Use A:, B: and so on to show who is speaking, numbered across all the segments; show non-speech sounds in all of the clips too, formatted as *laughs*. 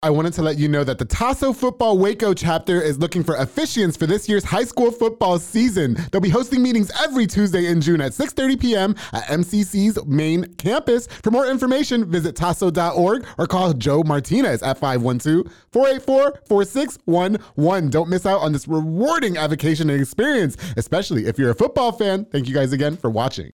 A: I wanted to let you know that the Tasso Football Waco chapter is looking for officiants for this year's high school football season. They'll be hosting meetings every Tuesday in June at 6:30 p.m. at MCC's main campus. For more information, visit tasso.org or call Joe Martinez at 512-484-4611. Don't miss out on this rewarding avocation and experience, especially if you're a football fan. Thank you guys again for watching.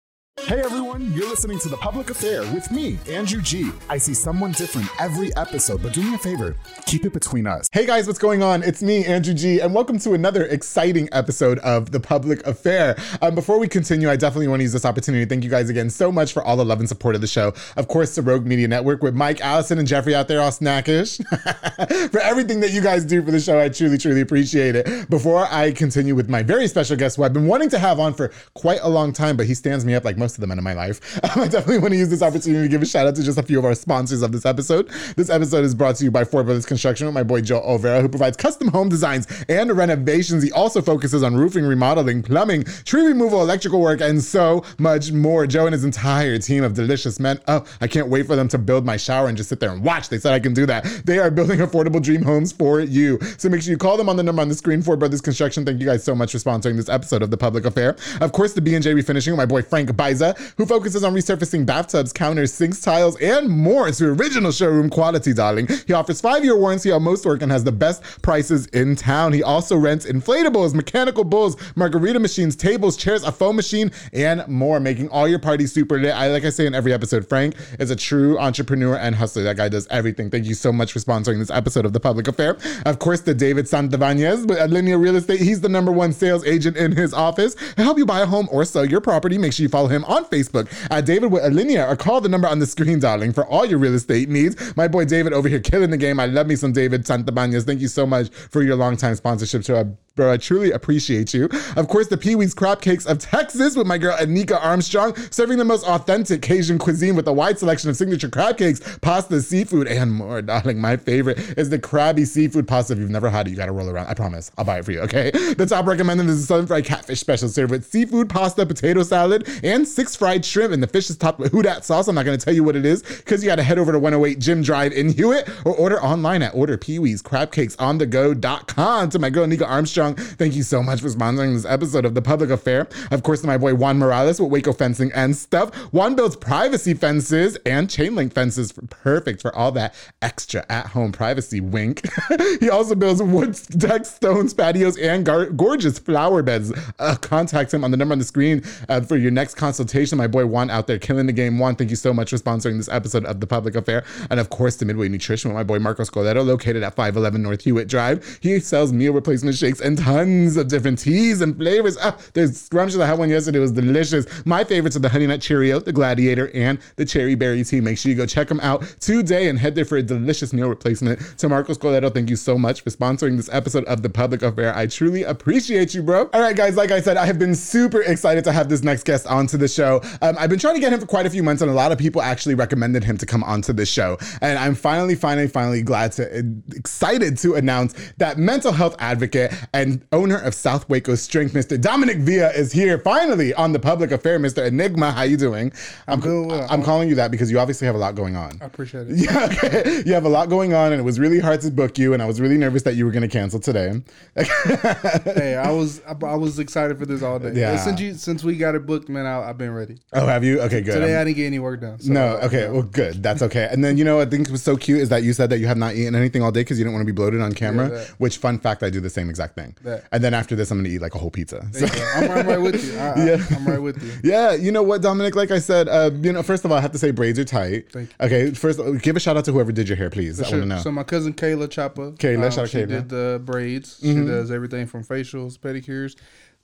B: Hey everyone, you're listening to The Public Affair with me, Andrew G. I see someone different every episode, but do me a favor, keep it between us.
A: Hey guys, what's going on? It's me, Andrew G, and welcome to another exciting episode of The Public Affair. Um, before we continue, I definitely want to use this opportunity to thank you guys again so much for all the love and support of the show. Of course, the Rogue Media Network with Mike, Allison, and Jeffrey out there all snackish. *laughs* for everything that you guys do for the show, I truly, truly appreciate it. Before I continue with my very special guest, who I've been wanting to have on for quite a long time, but he stands me up like most most of the men in my life. *laughs* Um, I definitely want to use this opportunity to give a shout out to just a few of our sponsors of this episode. This episode is brought to you by Four Brothers Construction with my boy Joe Olvera, who provides custom home designs and renovations. He also focuses on roofing, remodeling, plumbing, tree removal, electrical work, and so much more. Joe and his entire team of delicious men. Oh, I can't wait for them to build my shower and just sit there and watch. They said I can do that. They are building affordable dream homes for you. So make sure you call them on the number on the screen. Four Brothers Construction. Thank you guys so much for sponsoring this episode of The Public Affair. Of course, the B&J Refinishing with my boy Frank Bizer who focuses on resurfacing bathtubs, counters, sinks, tiles, and more to original showroom quality, darling. He offers five-year warranty on most work and has the best prices in town. He also rents inflatables, mechanical bulls, margarita machines, tables, chairs, a foam machine, and more, making all your parties super lit. I like I say in every episode, Frank is a true entrepreneur and hustler. That guy does everything. Thank you so much for sponsoring this episode of The Public Affair. Of course, the David Santavanez with Alinea Real Estate. He's the number one sales agent in his office. He'll help you buy a home or sell your property. Make sure you follow him on Facebook at David with Alinea or call the number on the screen, darling, for all your real estate needs. My boy David over here killing the game. I love me some David Santabanas. Thank you so much for your longtime sponsorship to our bro. I truly appreciate you. Of course, the Pee Wee's Crab Cakes of Texas with my girl Anika Armstrong, serving the most authentic Cajun cuisine with a wide selection of signature crab cakes, pasta, seafood, and more. Darling, my favorite is the crabby seafood pasta. If you've never had it, you gotta roll around. I promise. I'll buy it for you, okay? *laughs* The top recommended is a Southern Fried Catfish Special, served with seafood, pasta, potato salad, and six fried shrimp. And the fish is topped with Houdat sauce. I'm not gonna tell you what it is because you gotta head over to 108 Jim Drive in Hewitt or order online at orderpeeweescrabcakesonthego.com to my girl Anika Armstrong. Thank you so much for sponsoring this episode of The Public Affair. Of course, my boy Juan Morales with Waco Fencing and Stuff. Juan builds privacy fences and chain link fences, for perfect for all that extra at home privacy wink. *laughs* he also builds wood deck stones, patios, and gar- gorgeous flower beds. Uh, contact him on the number on the screen uh, for your next consultation. My boy Juan out there killing the game. Juan, thank you so much for sponsoring this episode of The Public Affair. And of course, the Midway Nutrition with my boy Marcos Coleto, located at 511 North Hewitt Drive. He sells meal replacement shakes and tons of different teas and flavors. Oh, there's scrumptious. I had one yesterday. It was delicious. My favorites are the Honey Nut Cheerio, the Gladiator, and the Cherry Berry Tea. Make sure you go check them out today and head there for a delicious meal replacement. To Marcos Coleto, thank you so much for sponsoring this episode of The Public Affair. I truly appreciate you, bro. All right, guys. Like I said, I have been super excited to have this next guest onto the show. Um, I've been trying to get him for quite a few months, and a lot of people actually recommended him to come onto the show. And I'm finally, finally, finally glad to, uh, excited to announce that mental health advocate and owner of South Waco Strength, Mr. Dominic Villa is here finally on the public affair, Mr. Enigma. How you doing? I'm, I'm, well. I'm calling you that because you obviously have a lot going on.
C: I appreciate it.
A: Yeah, okay. *laughs* you have a lot going on, and it was really hard to book you, and I was really nervous that you were going to cancel today. *laughs*
C: hey, I was I, I was excited for this all day. Yeah. Since you since we got it booked, man, I, have been ready.
A: Oh, have you? Okay, good.
C: Today I'm, I did not get any work done. *laughs*
A: So no, okay, well, good. That's okay. and then you know, I think was so cute is that you said that you have not eaten anything all day because you didn't want to be bloated on camera. Yeah, which fun fact, I do the same exact thing. That. And then after this, I'm gonna eat like a whole pizza.
C: So. I'm, I'm, right with you. I, yeah, I, am right with you.
A: Yeah, you know what, Dominic? Like I said, uh, you know, first of all, I have to say braids are tight. Okay, first, give a shout out to whoever did your hair, please. For *laughs* I sure. want to know.
C: So my cousin Kayla Choppa.
A: Kayla, um, shout
C: she
A: Kayla.
C: did the braids. Mm-hmm. She does everything from facials, pedicures,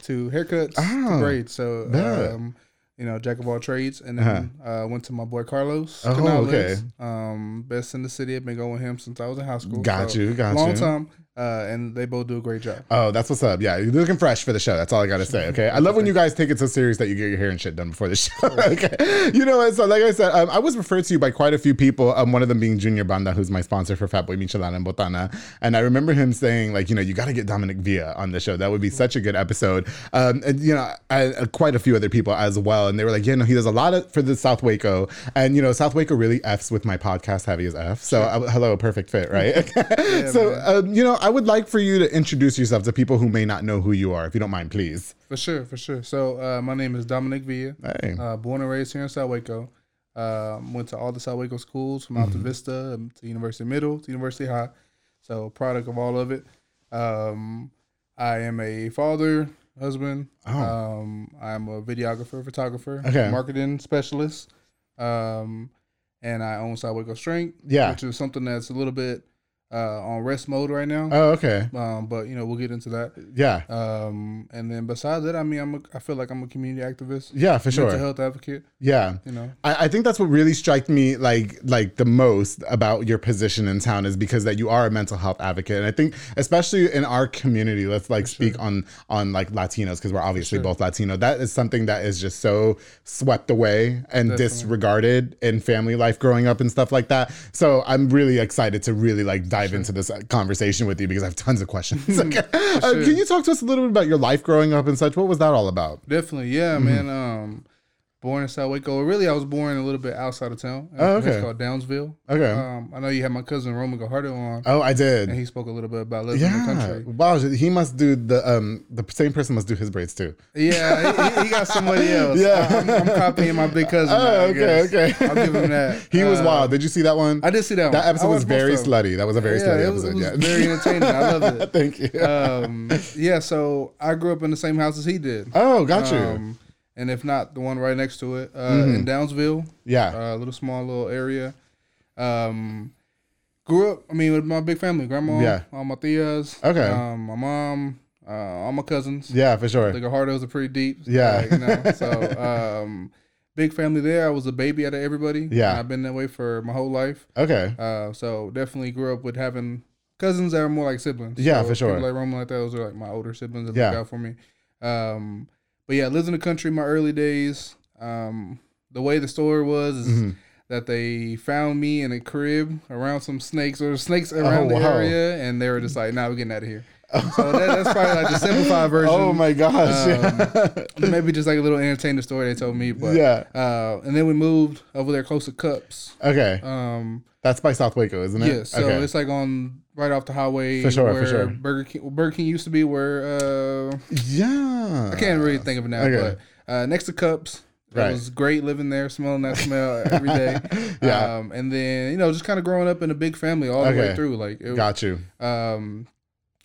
C: to haircuts, oh, to braids. So. Um, you know, jack of all trades, and then
A: Uh-huh.
C: uh, went to my boy Carlos oh, Canales, okay. um, best in the city. I've been going with him since I was in high school.
A: Got
C: so
A: you, got
C: long
A: you.
C: time, uh, and they both do a great job.
A: Oh, that's what's up. Yeah, you're looking fresh for the show. That's all I gotta say. Okay, I love when you guys take it so serious that you get your hair and shit done before the show. *laughs* okay, you know what? So like I said, um, I was referred to you by quite a few people. Um, one of them being Junior Banda, who's my sponsor for Fatboy Michelana and Botana, and I remember him saying like, you know, you got to get Dominic Villa on the show. That would be such a good episode. Um, and you know, I, I, quite a few other people as well, and they were like, yeah, no, he does a lot of, for the South Waco, and you know, South Waco really f's with my podcast heavy as f. So I, hello, perfect *laughs* fit, right? Okay. Yeah, so um, you know, I would like for you to introduce yourself to people who may not know who you are, if you don't mind, please.
C: For sure, for sure. So uh, my name is Dominic Villa.
A: Hey.
C: Uh, born and raised here in South Waco. Uh, went to all the South Waco schools from Alta
A: Mm-hmm.
C: Vista um, to University Middle to University High. So product of all of it. Um, I am a father, husband.
A: Oh.
C: Um, I'm a videographer, photographer,
A: Okay.
C: marketing specialist. Um, and I own South Waco Strength,
A: Yeah.
C: which is something that's a little bit uh, on rest mode right now.
A: Oh, okay. Uh,
C: Um, but you know we'll get into that.
A: Yeah,
C: Um, and then besides that, I mean, I'm a, I feel like I'm a community activist,
A: yeah, for
C: mental
A: sure.
C: health advocate.
A: Yeah.
C: You know,
A: I, I think that's what really struck me like like the most about your position in town is because that you are a mental health advocate and I think especially in our community let's like speak on on like Latinos because we're obviously both Latino that is something that is just so swept away and disregarded in family life growing up and stuff like that so I'm really excited to really like dive into this uh, conversation with you because I have tons of
C: *laughs*
A: questions Okay. *laughs* Uh, can you talk to us a little bit about your life growing up and such what was that all about
C: definitely,
A: Mm-hmm.
C: yeah, man. Um, born in South Waco. Really, I was born a little bit outside of town. in a
A: Oh,
C: place
A: okay.
C: called Downsville.
A: Okay.
C: Um, I know you had my cousin Roman Gajardo on,
A: oh I did
C: and he spoke a little bit about living
A: Yeah.
C: in the country.
A: Wow. He must do the um the same person must do his braids too.
C: Yeah, he- he, he
A: *laughs*
C: got somebody else.
A: Yeah.
C: I'm, I'm copying my big cousin.
A: Oh,
C: now, I
A: okay,
C: guess.
A: okay.
C: I'll give him that.
A: *laughs* He was
C: Uh,
A: wild. Did you see that one?
C: I did see that.
A: That
C: one. I
A: episode was
C: watched most
A: very
C: of them.
A: slutty. That was a very
C: Yeah,
A: slutty
C: it was,
A: episode.
C: it was
A: yeah.
C: very entertaining. I loved
A: *laughs*
C: it.
A: Thank you.
C: um, yeah, so I grew up in the same house as he did.
A: oh, got you.
C: Um, and if not, the one right next to it uh, in Downsville,
A: Mm-hmm. yeah.
C: a little small little area. Um, grew up, I mean, with my big family, grandma,
A: Yeah.
C: all my tias,
A: Okay.
C: um, my mom, uh, all my cousins.
A: yeah, for sure.
C: The Gajardos are pretty deep.
A: Yeah.
C: like, you know, so um, big family there. I was a baby out of everybody.
A: Yeah.
C: And I've been that way for my whole life.
A: okay.
C: Uh, so definitely grew up with having cousins that are more like siblings.
A: Yeah,
C: So
A: for sure.
C: people Like Roman, like that, those are like my older siblings that
A: Yeah.
C: look out for me. Um, but yeah, lived in the country my early days. Um, the way the story was is
A: Mm-hmm.
C: that they found me in a crib around some snakes. There were snakes around the
A: Oh, wow.
C: area, and they were just like, "Nah, we're getting
A: *laughs*
C: out of here." so that, that's probably like the simplified version.
A: Oh my gosh.
C: Um, maybe just like a little entertaining story they told me, but
A: Yeah.
C: Uh, and then we moved over there close to Cups.
A: *laughs* okay.
C: Um,
A: That's by South Waco, isn't it?
C: yeah, so
A: okay.
C: it's like on right off the highway
A: For sure, for
C: where
A: sure.
C: Burger King Burger King used to be where uh
A: yeah.
C: I can't really think of it now,
A: Uh, okay.
C: but uh next to Cups.
A: Right.
C: It was great living there, smelling that smell every day.
A: *laughs* Yeah.
C: Um and then, you know, just kind of growing up in a big family all the
A: Okay.
C: way through like it,
A: Got you.
C: um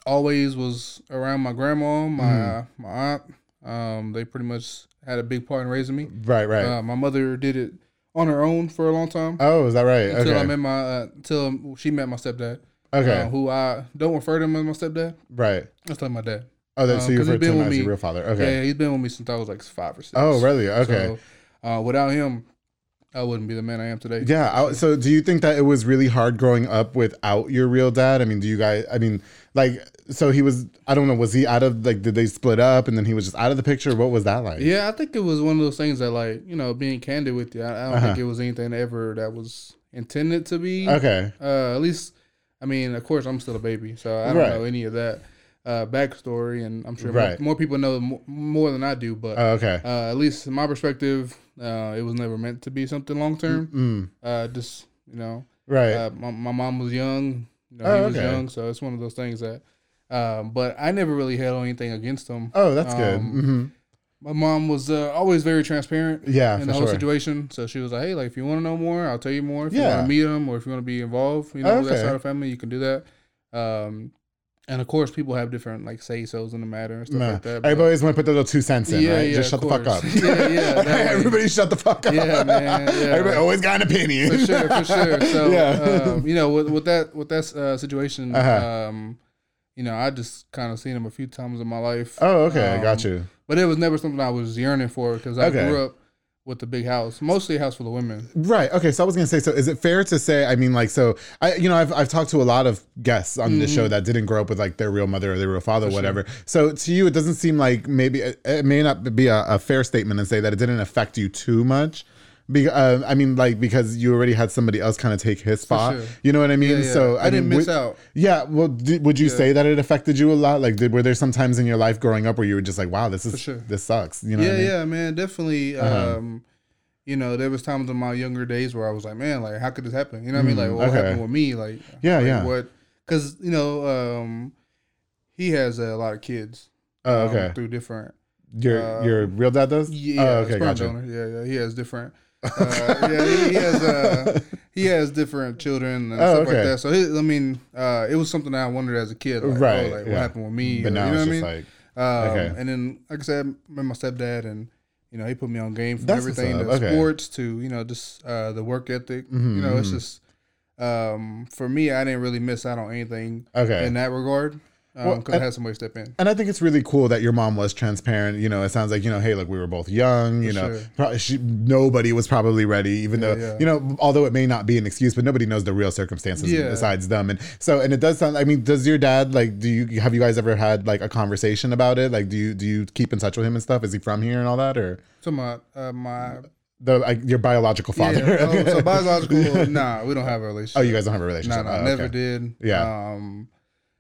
C: always was around my grandma, my
A: Mm-hmm.
C: my aunt. Um they pretty much had a big part in raising me.
A: Right, right.
C: Uh, my mother did it on her own for a long time
A: oh, is that right?
C: until I
A: Okay.
C: met my uh, until she met my stepdad.
A: Okay.
C: uh, who I don't refer to him as my stepdad.
A: right.
C: That's like my dad.
A: Oh, that's
C: uh,
A: so you
C: 'cause he's
A: referred to
C: been
A: him
C: with
A: as your
C: me.
A: real father. Okay.
C: Yeah, he's been with me since I was like five or six.
A: Oh, really? Okay.
C: So, uh, without him, I wouldn't be the man I am today.
A: Yeah. I, so, do you think that it was really hard growing up without your real dad? I mean, do you guys? I mean, like, so he was. I don't know. Was he out of like? Did they split up and then he was just out of the picture? What was that like?
C: Yeah, I think it was one of those things that, like, you know, being candid with you, I, I don't think it was anything ever that was intended to be.
A: Uh-huh. Okay.
C: Uh, at least, I mean, of course, I'm still a baby, so I don't
A: Right.
C: know any of that uh, backstory, and I'm sure
A: Right.
C: more, more people know mo- more than I do. But
A: Oh, okay.
C: uh, at least in my perspective, uh, it was never meant to be something long term.
A: Mm-hmm.
C: Uh, just you know,
A: Mm, right.
C: uh, my, my mom was young. You know,
A: Oh,
C: he was
A: okay.
C: young, so it's one of those things that. Um, but I never really held anything against him.
A: oh, that's good.
C: um,
A: hmm
C: My mom was uh, always very transparent.
A: Mm-hmm. Yeah,
C: in
A: for
C: the whole
A: sure.
C: situation. So she was like, "Hey, like if you want to know more, I'll tell you more. If you
A: Yeah. Oh,
C: want to meet him, or if you want to be involved, you know, with that
A: Okay.
C: side of family, you can do that." Um, and of course, people have different like say so's in the matter and stuff
A: Nah.
C: like that. but-
A: Everybody always want to put their little two cents in,
C: Yeah,
A: right?
C: yeah,
A: just shut
C: of
A: the fuck up.
C: course. *laughs* Yeah, yeah, that
A: *laughs*
C: way.
A: Everybody shut the fuck up.
C: Yeah, man,
A: *laughs*
C: yeah.
A: Everybody always got an opinion.
C: for
A: *laughs*
C: sure, for sure. So,
A: Yeah.
C: um, you know, with, with that with that uh, situation,
A: Uh-huh.
C: um, you know, I just kind of seen him a few times in my life.
A: oh, okay.
C: Um,
A: got you.
C: But it was never something I was yearning for because I
A: Okay.
C: grew up with the big house, mostly a house full of women.
A: Right. Okay. So I was gonna say. So is it fair to say? I mean, like, so I, you know, I've I've talked to a lot of guests on this
C: Mm-hmm.
A: show that didn't grow up with like their real mother or their real father, or whatever. So to you, it doesn't seem like maybe it, it may not be a, a fair statement and say that it didn't affect you too much. Be, uh, I mean, like because you already had somebody else kind of take his spot.
C: sure.
A: You know what I mean?
C: yeah.
A: So
C: I didn't
A: mean,
C: miss
A: would-
C: out.
A: Yeah. Well, did, would you say that it affected you a lot? Like, did, were there some times in your life growing up where you were just like, "Wow, this is
C: sure.
A: this sucks." You know?
C: yeah,
A: what I mean? Uh-huh.
C: yeah, man, definitely. Um, you know, there was times in my younger days where I was like, man, like, how could this happen? You know what I mean? Like, what
A: Mm, okay.
C: happened with me? Like,
A: Yeah,
C: like,
A: yeah.
C: What? Because you know, um, he has a lot of kids.
A: Oh,
C: um,
A: okay.
C: through different.
A: your
C: uh,
A: your real dad does.
C: Yeah,
A: Oh,
C: okay,
A: okay. Gotcha.
C: donor. Yeah, yeah, he has different. Uh, yeah, he, he has uh, he has different children and
A: Oh,
C: stuff
A: okay.
C: like that. So he, I mean, uh, it was something that I wondered as a kid, like, oh,
A: Right,
C: like
A: yeah.
C: what happened with me?
A: But
C: or-
A: now
C: you know
A: it's
C: what I
A: just
C: mean?
A: like.
C: Um,
A: Okay.
C: And then, like I said, I met my stepdad, and you know, he put me on game from
A: That's what's
C: everything
A: up.
C: to
A: Okay. Mm-hmm,
C: sports to you know just uh, the work ethic. You know, it's just um, for me, I didn't really miss out on anything
A: Okay.
C: in that regard because
A: Well,
C: I
A: and-
C: had somebody step in.
A: And I think it's really cool that your mom was transparent. You know, it sounds like you know, hey, look, we were both young. You know,
C: sure.
A: probably she, nobody was probably ready, even though
C: yeah.
A: you know, although it may not be an excuse, but nobody knows the real circumstances
C: Yeah.
A: besides them. And so, and it does sound. I mean, does your dad like? Do you have you guys ever had like a conversation about it? Like, do you do you keep in touch with him and stuff? Is he from here and all that, or
C: So my uh, my
A: the like, your biological father?
C: yeah,
A: *laughs*
C: oh, so biological,
A: Yeah.
C: nah, we don't have a relationship.
A: Oh, you guys don't have a
C: No,
A: relationship.
C: no,
A: oh,
C: never
A: okay.
C: did.
A: Yeah.
C: Um,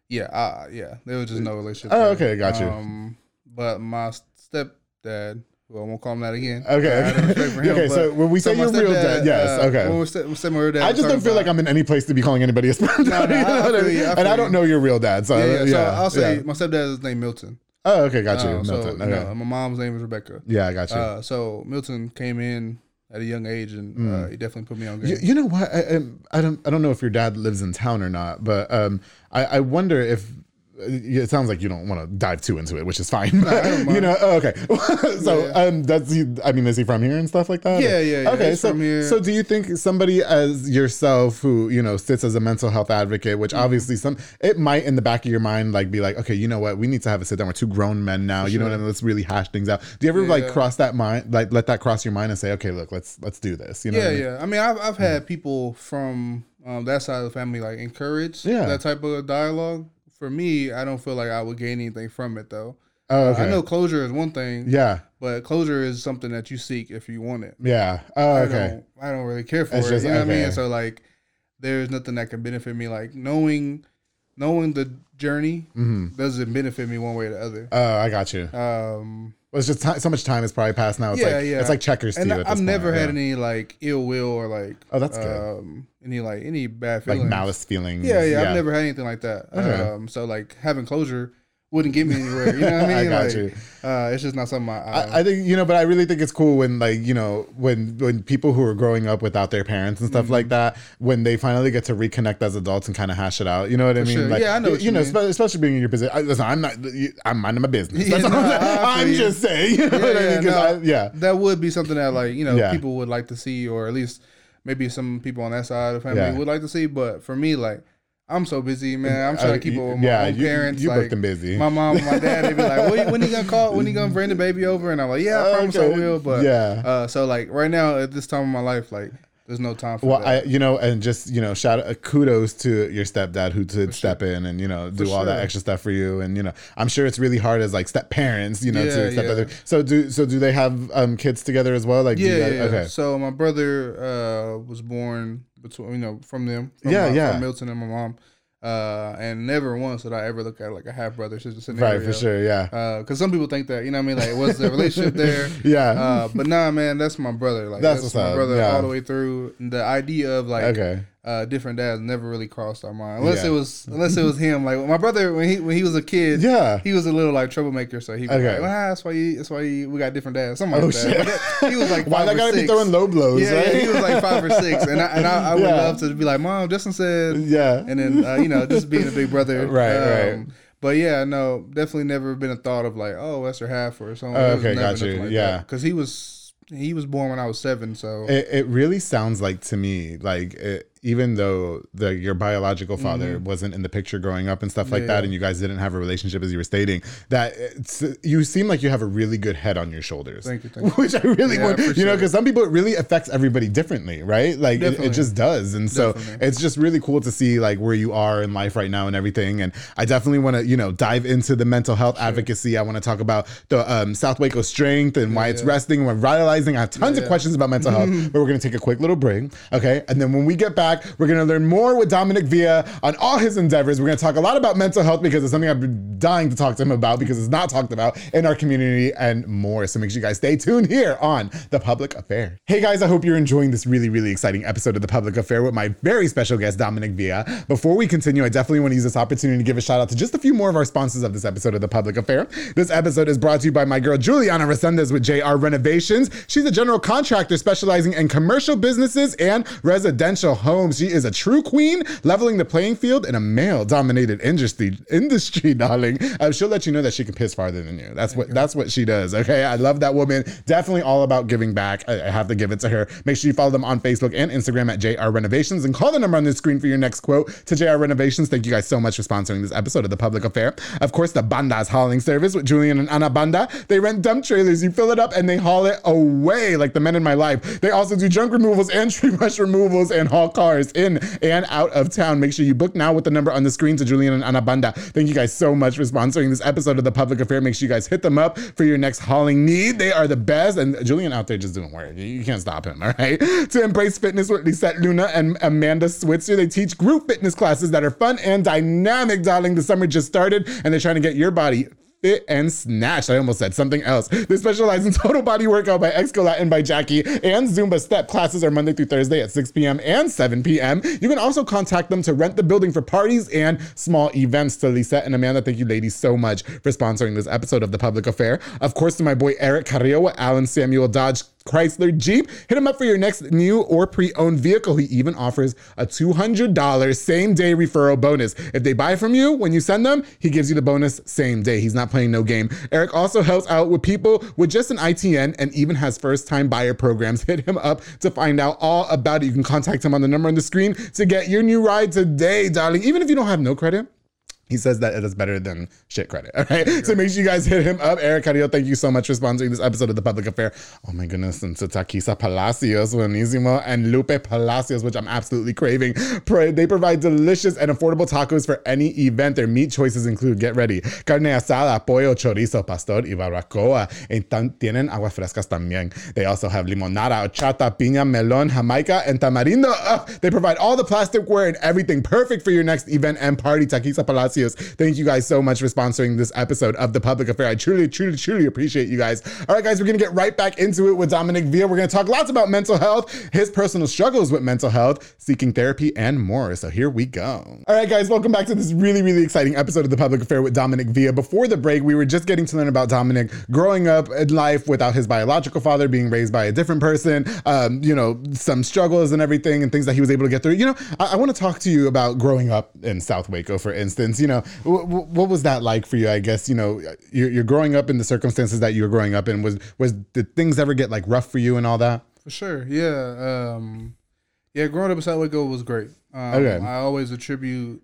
C: yeah, uh, yeah. There was just no relationship.
A: Oh,
C: there.
A: okay, got you.
C: Um, but my stepdad, well, I won't call him that again.
A: Okay,
C: I have respect
A: *laughs*
C: for him,
A: okay, so
C: but-
A: when we say
C: my uh,
A: your real dad, yes, okay.
C: When we say, we say my real dad,
A: I
C: we're
A: just don't
C: talking
A: feel like
C: about-
A: I'm in any place to be calling anybody a *laughs* sperm donor.
C: no,
A: you know
C: I
A: what I
C: feel
A: mean?
C: you, I
A: and I
C: feel
A: don't
C: you.
A: know your real dad, so
C: Yeah, yeah,
A: yeah, yeah,
C: So I'll say
A: yeah.
C: my stepdad's name Milton.
A: Oh, okay, got you,
C: Uh, so,
A: Milton.
C: you
A: okay.
C: know, and my mom's name is Rebecca.
A: yeah, I got you.
C: Uh, so Milton came in at a young age, and uh, he definitely put me on game.
A: Mm. you, you know what? I, I, I don't I don't know if your dad lives in town or not, but um, I, I wonder if uh, it sounds like you don't want to dive too into it, which is fine. but, *laughs* you know, oh, okay. so
C: Yeah.
A: um, that's he, I mean, is he from here and stuff like that?
C: Yeah, yeah, yeah.
A: Okay,
C: He's
A: so
C: from here.
A: so do you think somebody as yourself who you know sits as a mental health advocate, which
C: Mm-hmm.
A: obviously some it might in the back of your mind like be like, okay, you know what? We need to have a sit down. We're two grown men now. You know what I mean? Let's really hash things out. Do you ever like cross that mind, like let that cross your mind and say, okay, look, let's let's do this. You know? what
C: Yeah,
A: I mean?
C: yeah. I mean, I've, I've had people from um, that side of the family like encourage
A: Yeah.
C: that type of dialogue. For me, I don't feel like I would gain anything from it though.
A: Oh, okay.
C: I know closure is one thing,
A: Yeah.
C: but closure is something that you seek if you want it.
A: Yeah. Oh,
C: I
A: okay.
C: don't, I don't really care for
A: It's
C: it.
A: just-
C: you know what I mean?
A: okay.
C: So like, there's nothing that can benefit me. Like knowing, knowing the journey
A: Mm-hmm.
C: doesn't benefit me one way or the other.
A: Oh, I got you.
C: Um,
A: Well, it's just ti so much time has probably passed now. It's
C: Yeah,
A: like,
C: yeah.
A: It's like checkers to
C: and
A: you.
C: I,
A: at
C: have
A: this point,
C: never had
A: yeah.
C: any like ill will or like
A: Oh, that's good.
C: um, any like any bad
A: like
C: feelings.
A: malice feelings.
C: Yeah, yeah, I've never had anything like that.
A: Okay.
C: Um, so like having closure wouldn't get me anywhere. You know
A: *laughs*
C: what I mean?
A: I got
C: like,
A: you.
C: Uh, it's just not something I. I,
A: I, I think you know, but I really think it's cool when like you know when when people who are growing up without their parents and stuff like
C: Mm-hmm.
A: that when they finally get to reconnect as adults and kind of hash it out. You know what I mean?
C: sure.
A: Like,
C: Yeah, I know
A: You,
C: what
A: you
C: you
A: know,
C: mean.
A: spe- especially being in your position. I, listen, I'm not. you- I'm minding my business.
C: *laughs* Yeah,
A: That's all I'm,
C: no,
A: saying.
C: I feel
A: I'm
C: you.
A: just saying. *laughs* You know
C: yeah,
A: what I mean?
C: yeah,
A: 'Cause
C: no,
A: I- yeah.
C: that would be something that like you know
A: Yeah.
C: people would like to see, or at least maybe some people on that side of the family
A: Yeah.
C: would like to see. But for me, like. I'm so busy, man. I'm trying
A: Uh,
C: to keep
A: you-
C: up with my
A: yeah,
C: own
A: you-
C: parents.
A: you booked
C: like,
A: them busy.
C: My mom, and my dad, they be like, when, "When you gonna call? When you
A: *laughs*
C: gonna bring the baby over?" And I'm like, "Yeah, I promise
A: Okay.
C: I will." But
A: Yeah.
C: uh, so like right now at this time of my life, like there's no time for
A: Well,
C: that.
A: I, you know, and just you know, shout uh, kudos to your stepdad who did step in and you know do all that
C: sure.
A: extra stuff for you, and you know, I'm sure it's really hard as like step parents, you know,
C: Yeah,
A: to step
C: yeah.
A: other. So do so do they have um kids together as well? Like do you
C: Yeah,
A: guys-
C: yeah.
A: okay,
C: So my brother uh, was born between you know from them. From
A: Yeah,
C: my-
A: yeah.
C: From Milton and my mom, uh, and never once did I ever look at like a half brother sister scenario.
A: right for sure, yeah,
C: Because some people think that you know what I mean like was the relationship there?
A: *laughs* Yeah.
C: Uh, but nah, man, that's my brother. Like
A: That's
C: that's,
A: what's
C: my
A: up,
C: brother
A: yeah.
C: all the way through. The idea of like
A: Okay.
C: uh, different dads never really crossed our mind unless
A: Yeah.
C: it was unless it was him. Like my brother when he when he was a kid,
A: Yeah.
C: he was a little like troublemaker. So he was
A: Okay.
C: like, well, ah, that's why you, that's why you, we got different dads. Something like
A: Oh,
C: that. But that- He was
A: *laughs*
C: like,
A: Why
C: five
A: I
C: or
A: gotta be
C: six.
A: throwing low blows,
C: Yeah,
A: right?
C: yeah, he was like five or six, and I and I, I would
A: Yeah.
C: love to be like, Mom, Justin
A: *laughs*
C: said,
A: Yeah.
C: and then uh, you know, just being a big brother,
A: *laughs*
C: Um,
A: Right, right.
C: But yeah, no, definitely never been a thought of like, oh, that's your half or something.
A: Oh, okay, got you, yeah.
C: because he was he was born when I was seven, so
A: It, it really sounds like to me, like it, even though the your biological
C: Mm-hmm.
A: father wasn't in the picture growing up and stuff like that, and you guys didn't have a relationship as you were stating, that it's, you seem like you have a really good head on your shoulders.
C: Thank you, thank
A: *laughs* Which I really
C: Yeah, I
A: want, you know,
C: appreciate it.
A: because some people it really affects everybody differently, right? Like it, it
C: Definitely.
A: just does, and so
C: Definitely.
A: it's just really cool to see like where you are in life right now and everything. And I definitely want to you know dive into the mental health advocacy. I want to talk about the um, South Waco strength and why it's resting and why vitalizing. I have tons of questions about mental health, but we're gonna take a quick little break, okay? And then when we get back, we're gonna learn more with Dominic Villa on all his endeavors. We're gonna talk a lot about mental health because it's something I've been dying to talk to him about because it's not talked about in our community and more. So make sure you guys stay tuned here on The Public Affair. Hey guys, I hope you're enjoying this really, really exciting episode of The Public Affair with my very special guest, Dominic Villa. Before we continue, I definitely want to use this opportunity to give a shout out to just a few more of our sponsors of this episode of The Public Affair. This episode is brought to you by my girl, Juliana Resendez with JR Renovations. She's a general contractor specializing in commercial businesses and residential homes. She is a true queen, leveling the playing field in a male-dominated industry. Industry, *laughs* darling. Uh, she'll let you know that she can piss farther than you. That's what that's what she does. Okay, I love that woman. Definitely all about giving back. I, I have to give it to her. Make sure you follow them on Facebook and Instagram at JR Renovations and call the number on the screen for your next quote to JR Renovations. Thank you guys so much for sponsoring this episode of The Public Affair. Of course, the Banda's hauling service with Julian and Anna Banda. They rent dump trailers. You fill it up and they haul it away like the men in my life. They also do junk removals and *laughs* tree brush removals and haul cars in and out of town. Make sure you book now with the number on the screen to Julian and Anna Banda. Thank you guys so much for sponsoring this episode of The Public Affair. Make sure you guys hit them up for your next hauling need. They are the best. And Julian out there just doing work. You- You can't stop him, all right? To embrace fitness with Lisette Luna and Amanda Switzer, they teach group fitness classes that are fun and dynamic, darling. The summer just started and they're trying to get your body Fit and snatched. I almost said something else. They specialize in *laughs* total body workout by Excolat and by Jackie, and Zumba Step classes are Monday through Thursday at 6 p.m. and 7 p.m. You can also contact them to rent the building for parties and small events. To Lisa and Amanda, thank you ladies so much for sponsoring this episode of The Public Affair. Of course, to my boy Eric Carrillo, at Alan Samuel Dodge. Chrysler Jeep. Hit him up for your next new or pre owned vehicle. He even offers a $200 same day referral bonus. If they buy from you when you send them, he gives you the bonus same day. He's not playing no game. Eric also helps out with people with just an ITN and even has first time buyer programs. *laughs* Hit him up to find out all about it. You can contact him on the number on the screen to get your new ride today, darling. Even if you don't have no credit, he says that it is better than shit credit. *laughs* All right. So make sure you guys hit him up. Eric Carrillo, thank you so much for sponsoring this episode of The Public Affair. Oh my goodness. And to Takisa Palacios, Buenísimo, and Lupe Palacios, which I'm absolutely craving. Pro- They provide delicious and affordable tacos for any event. Their meat choices include, get ready, carne asada, pollo, chorizo, pastor y barbacoa. And tan- tienen aguas frescas también. They also have limonada, horchata, piña, melon, jamaica, and tamarindo. Ugh, they provide all the plasticware and everything perfect for your next event and party. Takisa Palacios, thank you guys so much for sponsoring this episode of The Public Affair. I truly, truly, truly appreciate you guys. All right, guys, we're going to get right back into it with Dominic Villa. We're going to talk lots about mental health, his personal struggles with mental health, seeking therapy, and more. So here we go. All right, guys, welcome back to this really, really exciting episode of The Public Affair with Dominic Villa. Before the break, we were just getting to learn about Dominic growing up in life without his biological father, being raised by a different person, um, you know, some struggles and everything and things that he was able to get through. You know, I, I want to talk to you about growing up in South Waco, for instance. You know, wh- wh- what was that like for you? I guess, you know, you're, you're growing up in the circumstances that you were growing up in. Was, was did things ever get like rough for you and all that?
C: For sure. Yeah. Um, yeah. Growing up in South Waco was great. Um,
A: Okay.
C: I always attribute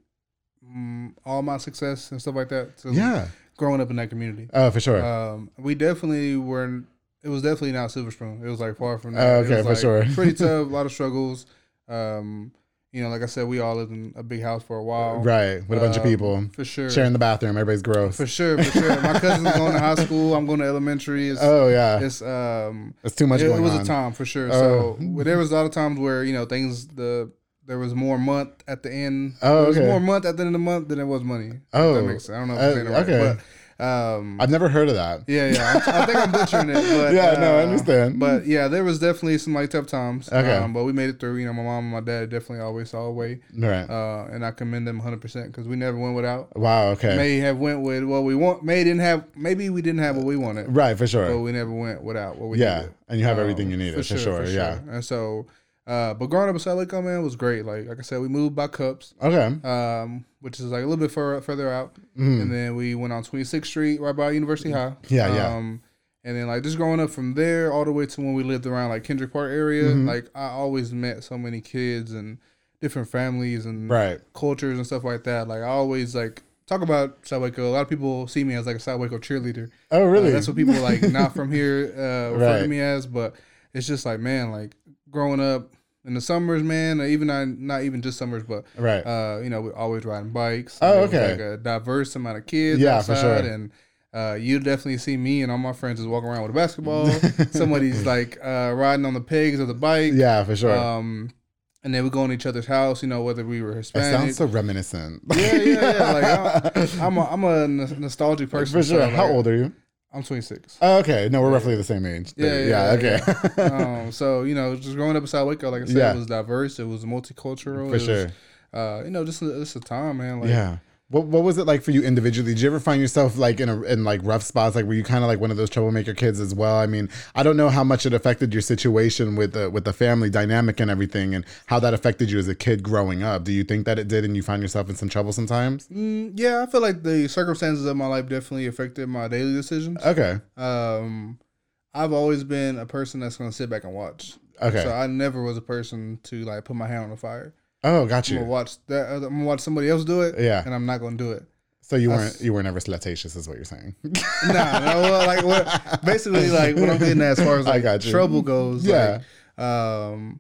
C: mm, all my success and stuff like that to
A: Yeah.
C: growing up in that community.
A: Oh, for sure.
C: Um, we definitely were. It was definitely not Silver Spoon. It was like far from
A: Oh,
C: that. It
A: okay,
C: was,
A: for
C: like,
A: sure. *laughs*
C: pretty tough. A lot of struggles. Um, you know, like I said, we all lived in a big house for a while.
A: right. With a bunch of
C: um,
A: people.
C: For sure.
A: Sharing the bathroom. Everybody's gross.
C: For sure. For sure. My cousin's going to high school. I'm going to elementary. It's,
A: *laughs* Oh, yeah.
C: it's um.
A: It's too much
C: it, it
A: going
C: was
A: on.
C: a time for sure.
A: Oh.
C: So well, there was a lot of times where you know things the there was more month at the end.
A: Oh,
C: there was
A: okay.
C: more month at the end of the month than it was money. if
A: Oh.
C: that makes sense. I don't know. If
A: Uh,
C: I'm saying it right,
A: okay.
C: But, um,
A: I've never heard of that.
C: yeah, yeah. I, I think I'm butchering it. But,
A: *laughs*
C: uh,
A: Yeah, no, I understand.
C: But yeah, there was definitely some like tough times.
A: Okay.
C: Um, but we made it through. You know, my mom and my dad definitely always saw a way,
A: Mm-hmm. Right.
C: uh, and I commend them 100 percent because we never went without.
A: wow. Okay.
C: May have went with what we want. May didn't have. Maybe we didn't have what we wanted.
A: right. For sure.
C: But we never went without what we
A: Yeah,
C: needed.
A: and you have everything you needed, for sure, yeah.
C: And so, uh, but growing up in South Lake, oh, man, was great. Like like I said, we moved by Cups,
A: okay.
C: um, which is like a little bit fur- further out,
A: Mm.
C: and then we went on 26th Street right by University High.
A: Yeah, yeah.
C: Um, and then like just growing up from
A: Mm-hmm.
C: there all the way to when we lived around like Kendrick Park area, like I always met so many kids and different families and
A: Right.
C: cultures and stuff like that. Like I always like talk about South Waco. A lot of people see me as like a South Waco cheerleader.
A: Oh, really?
C: Uh, that's what people like not
A: *laughs*
C: from here uh, refer
A: Right.
C: to me as. But it's just like man, like growing up in the summers, man. Or even I, not even just summers, but
A: Right.
C: Uh, you know, we're always riding bikes.
A: Oh,
C: There was,
A: okay.
C: Like a diverse amount of kids.
A: Yeah,
C: Yeah,
A: for
C: outside, for
A: sure.
C: sure. And uh, you definitely see me and all my friends just walking around with
A: *laughs*
C: a basketball. Somebody's like uh, riding on the pegs of the bike.
A: yeah, for sure.
C: Um, and then we go in each other's house. You know, whether we were
A: it
C: Hispanic.
A: sounds so reminiscent.
C: yeah, yeah, yeah. Like *laughs* I'm, I'm a I'm a n- nostalgic
A: *laughs*
C: person.
A: for
C: so,
A: sure. How
C: like,
A: old are you?
C: I'm 26.
A: Oh, okay, no, we're roughly the same age.
C: Yeah,
A: There.
C: yeah, yeah,
A: *laughs* okay.
C: um, so you know, just growing up in South Waco, like I said,
A: Yeah.
C: it was diverse. It was multicultural.
A: for
C: it was,
A: sure.
C: Uh, you know, just it's a time, man. Like,
A: Yeah. What, what was it like for you individually? Did you ever find yourself like in a, in like rough spots? Like were you kind of like one of those troublemaker kids as well? I mean, I don't know how much it affected your situation with the with the family dynamic and everything, and how that affected you as a kid growing up. Do you think that it did, and you find yourself in some trouble sometimes?
C: Mm, yeah, I feel like the circumstances of my life definitely affected my daily decisions.
A: Okay,
C: Um, I've always been a person that's gonna sit back and watch.
A: okay.
C: So I never was a person to like put my hand on the fire.
A: oh, got
C: I'm
A: you.
C: gonna watch that. I'm gonna watch somebody else do it.
A: Yeah.
C: and I'm not gonna do it.
A: So you
C: that's- Um,
A: weren't you were never slutatious, is what you're saying?
C: nah, no, well, like what? Basically, like what I'm getting at as far as
A: I
C: like
A: got you.
C: trouble goes.
A: Yeah.
C: Like, um,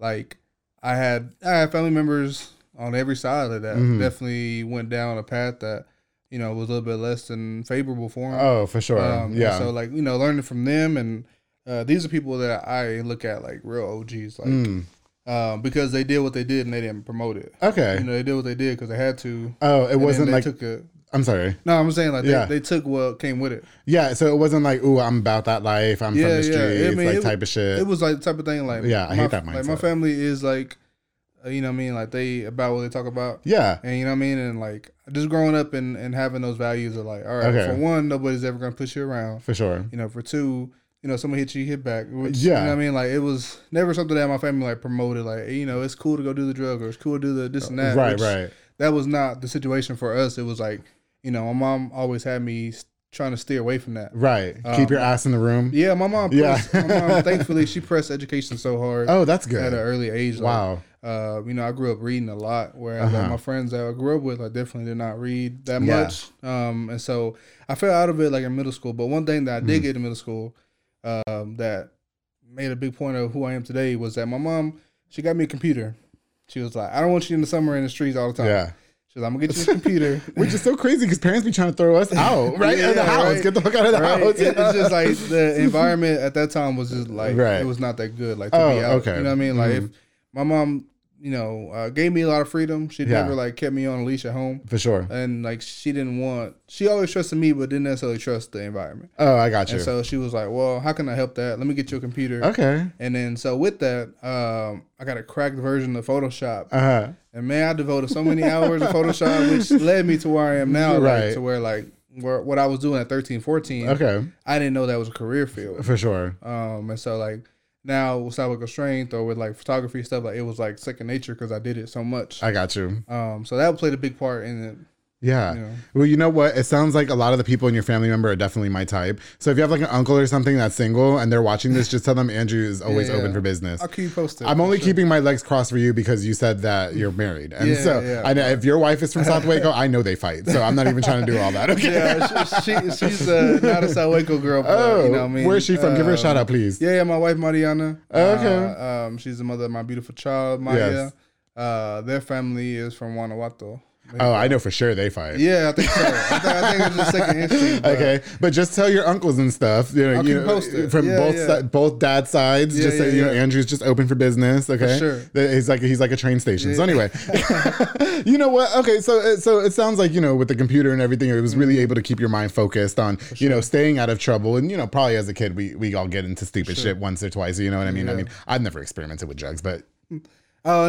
C: like I had I had family members on every side of that.
A: Mhm.
C: Definitely went down a path that you know was a little bit less than favorable for them.
A: oh, for sure.
C: Um, and
A: yeah.
C: So like you know, learning from them, and uh, these are people that I look at like real OGs, like
A: Mm.
C: um, because they did what they did and they didn't promote it.
A: Okay.
C: You know, they did what they did because they had to.
A: oh, it
C: and then
A: wasn't
C: they
A: like
C: took a,
A: I'm sorry.
C: no. I'm saying like
A: Yeah.
C: they, they took what came with it.
A: Yeah. So it wasn't like, ooh, I'm about that life. I'm from
C: Yeah,
A: the
C: yeah.
A: streets,
C: I mean,
A: like
C: it-
A: type of shit.
C: It was like the type of thing like
A: Yeah, I
C: my,
A: hate that
C: Like my
A: mindset.
C: family is like, uh, you know, what I mean, like they about what they talk about,
A: yeah.
C: and you know, what I mean, and like just growing up and and having those values of like, all right,
A: Okay.
C: for one, nobody's ever gonna push you around,
A: For sure.
C: you know, for two. You know, someone hit you, you hit back. Which,
A: Yeah.
C: you know what I mean. Like it was never something that my family like promoted. Like you know, it's cool to go do the drug or it's cool to do the this and that.
A: right,
C: which
A: right.
C: That was not the situation for us. It was like you know, my mom always had me s- trying to steer away from that.
A: Right. Keep your ass in the room.
C: um, Yeah, my mom.
A: Yeah.
C: Pressed, my
A: *laughs*
C: mom. Thankfully, she pressed education so hard
A: Oh, that's
C: at an
A: good.
C: early age. Like,
A: Wow.
C: uh, you know, I grew up reading a lot, whereas
A: Uh-huh.
C: like, my friends that I grew up with, I definitely did not read that
A: Yeah.
C: much. Um, and so I fell out of it like in middle school. But one thing that I
A: Mm.
C: did get in middle school, um, that made a big point of who I am today was that my mom, she got me a computer. She was like, I don't want you in the summer in the streets all the time.
A: Yeah.
C: She was like, I'm gonna
A: *laughs*
C: get you a computer.
A: Which is so crazy because parents be trying to throw
C: *laughs*
A: us out, right?
C: Yeah,
A: in the house.
C: right.
A: Get the fuck out *laughs* of the
C: Right?
A: house.
C: It- It's
A: *laughs*
C: just like the environment at that time was just like
A: Right.
C: it was not that good. Like to
A: Oh,
C: be out,
A: okay. Mm-hmm.
C: you know what I mean? Like if my mom, you know, uh, gave me a lot of freedom. She
A: Yeah.
C: never like kept me on a leash at home,
A: For sure.
C: and like she didn't want. She always trusted me, but didn't necessarily trust the environment.
A: Oh, I got you.
C: And so she was like, "Well, how can I help that? Let me get you a computer."
A: okay.
C: And then so with that, um, I got a cracked version of Photoshop,
A: Uh huh.
C: and man, I devoted so many hours to
A: *laughs*
C: Photoshop, which led me to where I am now.
A: Right.
C: Like, to where like where, what I was doing at 13, 14.
A: Okay.
C: I didn't know that was a career field. *laughs*
A: For sure.
C: Um, and so like now with Cyber Strength or with like photography stuff, like it was like second nature because I did it so much.
A: I got you.
C: Um, so that played a big part in it.
A: Yeah.
C: You know.
A: Well, you know what? It sounds like a lot of the people in your family member are definitely my type. So if you have like an uncle or something that's single and they're watching this, just tell them Andrew is always
C: Yeah.
A: open for business.
C: I'll keep you posted.
A: I'm
C: for
A: only
C: sure.
A: keeping my legs crossed for you because you said that you're married, and
C: Yeah,
A: so
C: yeah.
A: I know if your wife is from South Waco, I know they fight. So I'm not even trying to do all that. *laughs* Okay.
C: Yeah, she, she, she's uh, not a South Waco girl. But,
A: Oh,
C: you know what I mean?
A: where's she from? Give her a
C: Um,
A: shout out, please.
C: Yeah, yeah, my wife Mariana.
A: Okay.
C: Uh, um, she's the mother of my beautiful child, Maya.
A: Yes.
C: Uh, their family is from Guanajuato.
A: Oh, I know for sure they fight.
C: Yeah, I think so. I, think, I think it's just
A: *laughs*
C: second instinct. but-
A: Okay, but just tell your uncles and stuff. You know,
C: I'll
A: you
C: keep
A: know,
C: posted.
A: from
C: Yeah,
A: both
C: yeah.
A: si- both dad sides.
C: Yeah,
A: just say
C: yeah,
A: you know
C: yeah.
A: Andrew's just open for business. Okay,
C: sure.
A: That- He's like he's like a train station. So anyway,
C: *laughs*
A: *laughs* you know what? Okay, so it- so it sounds like you know with the computer and everything, it was
C: Mm-hmm.
A: really able to keep your mind focused on you know staying out of trouble. And you know, probably as a kid, we we all get into stupid shit once or twice. You know what I mean? I mean, I've never experimented with drugs, but
C: Oh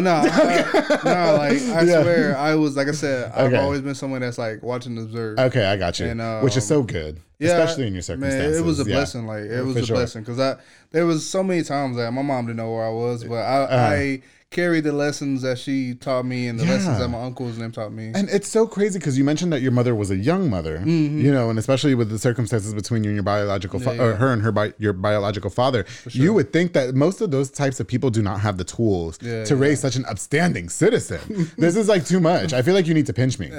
A: *laughs*
C: no, I- no! Like I
A: Yeah.
C: swear, I was like I said, I've
A: Okay.
C: always been someone that's like watch and observe.
A: okay, I got you,
C: And,
A: which is
C: um,
A: so good, especially in your circumstances.
C: Man, it was a
A: Yeah.
C: blessing. Like it was
A: for
C: a
A: sure.
C: blessing because I there was so many times that my mom didn't know where I was, but I, I carry the lessons that she taught me and the lessons
A: Uh-huh. Yeah.
C: that my uncles and them taught me.
A: And it's so crazy because you mentioned that your mother was a young mother, you know, and especially with the circumstances between you and your biological, fa-
C: Mm-hmm. Yeah,
A: or
C: yeah.
A: her and her bi- your biological father, you would think that most of those types of people do not have the tools
C: Yeah,
A: to
C: yeah.
A: raise such an upstanding citizen. this is like too much. I feel like you need to pinch
C: *laughs*
A: me.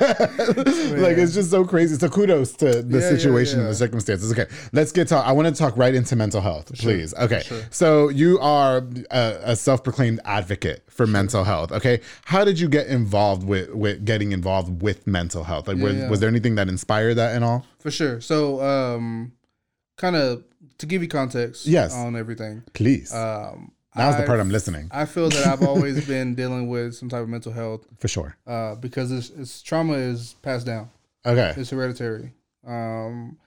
A: like it's just so crazy. So kudos to the
C: Yeah, yeah,
A: situation and
C: yeah.
A: the circumstances. Okay, let's get to. I want to talk right into mental health, please. Okay, so you are a, a self-proclaimed advocate for mental health. Okay, how did you get involved with with getting involved with mental health? Like, were-
C: yeah.
A: was there anything that inspired that and all?
C: For sure. So, um, kind of to give you context,
A: Yes.
C: on everything.
A: Please,
C: Um,
A: now's the part
C: I've-
A: I'm listening
C: I feel that
A: *laughs*
C: I've always been dealing with some type of mental health
A: for sure.
C: uh, because it's, it's trauma is passed down.
A: Okay,
C: It's hereditary. Um,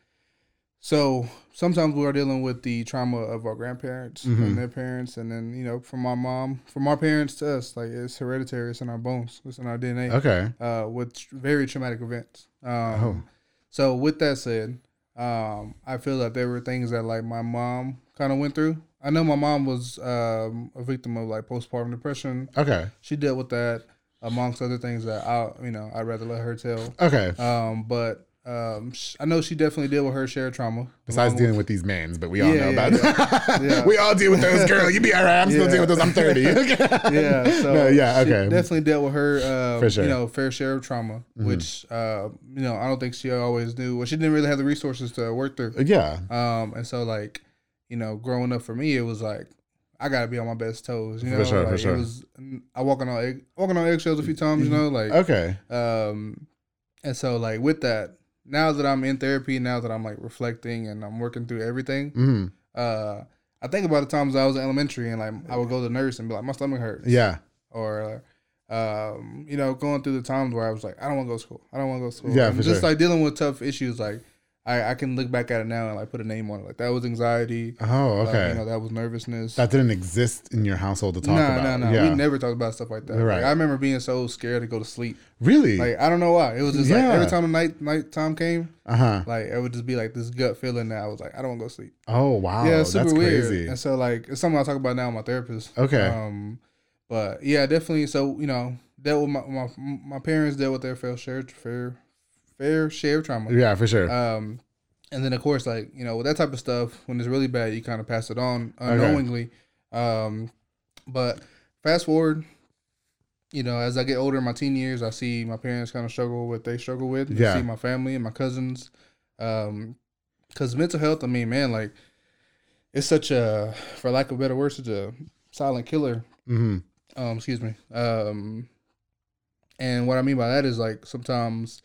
C: so sometimes we are dealing with the trauma of our grandparents and their parents, and then you know from my mom, from our parents to us, like it's hereditary. It's in our bones. It's in our DNA.
A: okay,
C: Uh, with tr- very traumatic events. Um, So with that said, um, I feel that there were things that like my mom kind of went through. I know my mom was um, a victim of like postpartum depression.
A: okay,
C: She dealt with that amongst other things that I, you know, I'd rather let her tell.
A: okay.
C: Um, but um, sh- I know she definitely dealt with her share of trauma.
A: Besides
C: Along
A: dealing with these mains, but we all
C: um,
A: know
C: Yeah, yeah,
A: about *laughs* that. we all deal with those, girl. You be all right. I'm still
C: Yeah.
A: dealing with those. I'm
C: *laughs*
A: 30.
C: with- yeah, so
A: *laughs* No, yeah,
C: she
A: okay.
C: definitely dealt with her, um,
A: For sure. Mm-hmm.
C: you know, fair share of trauma, which uh, you know I don't think she always knew. Well, she didn't really have the resources to work through.
A: *laughs* yeah.
C: Um, and so like, you know, growing up for me, it was like I gotta be on my best toes. You
A: For
C: know,
A: sure, for
C: like,
A: sure.
C: it was I walking on egg, walking on eggshells a few times. You know, like
A: Mm-hmm. Okay.
C: um, and so like with that, now that I'm in therapy, now that I'm like reflecting and I'm working through everything,
A: hmm
C: uh, I think about the times I was in elementary and like I would go to the nurse and be like, my stomach hurts,
A: Yeah.
C: or um, you know, going through the times where I was like, I don't want to go to school, I don't want to go to school,
A: Yeah,
C: and
A: for
C: just
A: sure.
C: like dealing with tough issues, like I, I can look back at it now and like put a name on it, like that was anxiety,
A: Oh,
C: uh,
A: okay.
C: you know, that was nervousness.
A: that didn't exist in your household to talk
C: no, no,
A: about.
C: no.
A: Yeah.
C: We never talked about stuff like that. Like,
A: Right.
C: I remember being so scared to go to sleep.
A: really?
C: Like I don't know why. It was just like
A: Yeah.
C: every time the night night time came,
A: uh huh.
C: like it would just be like this gut feeling that I was like, I don't want to go to sleep.
A: Oh, wow.
C: yeah, it's super
A: That's
C: weird.
A: crazy.
C: And so like it's something I talk about now with my therapist.
A: Okay.
C: Um, but yeah, definitely. So you know, dealt with my my, my parents dealt with their fair share fair fair share of trauma.
A: yeah, for sure.
C: Um, and then of course, like you know, with that type of stuff, when it's really bad, you kind of pass it on unknowingly. Um, but fast forward, you know, as I get older in my teen years, I see my parents kind of struggle with what they struggle with.
A: Yeah.
C: I see my family and my cousins. Um, because mental health, I mean, man, like it's such a, for lack of better words, such a silent killer
A: hmm
C: um excuse me um and what i mean by that is like sometimes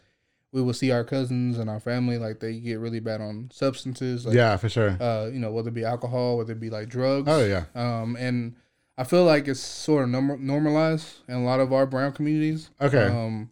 C: we will see our cousins and our family like they get really bad on substances like
A: yeah, for sure.
C: uh you know whether it be alcohol whether it be like drugs
A: oh, yeah.
C: um and i feel like it's sort of norm- normalized in a lot of our brown communities
A: Okay.
C: um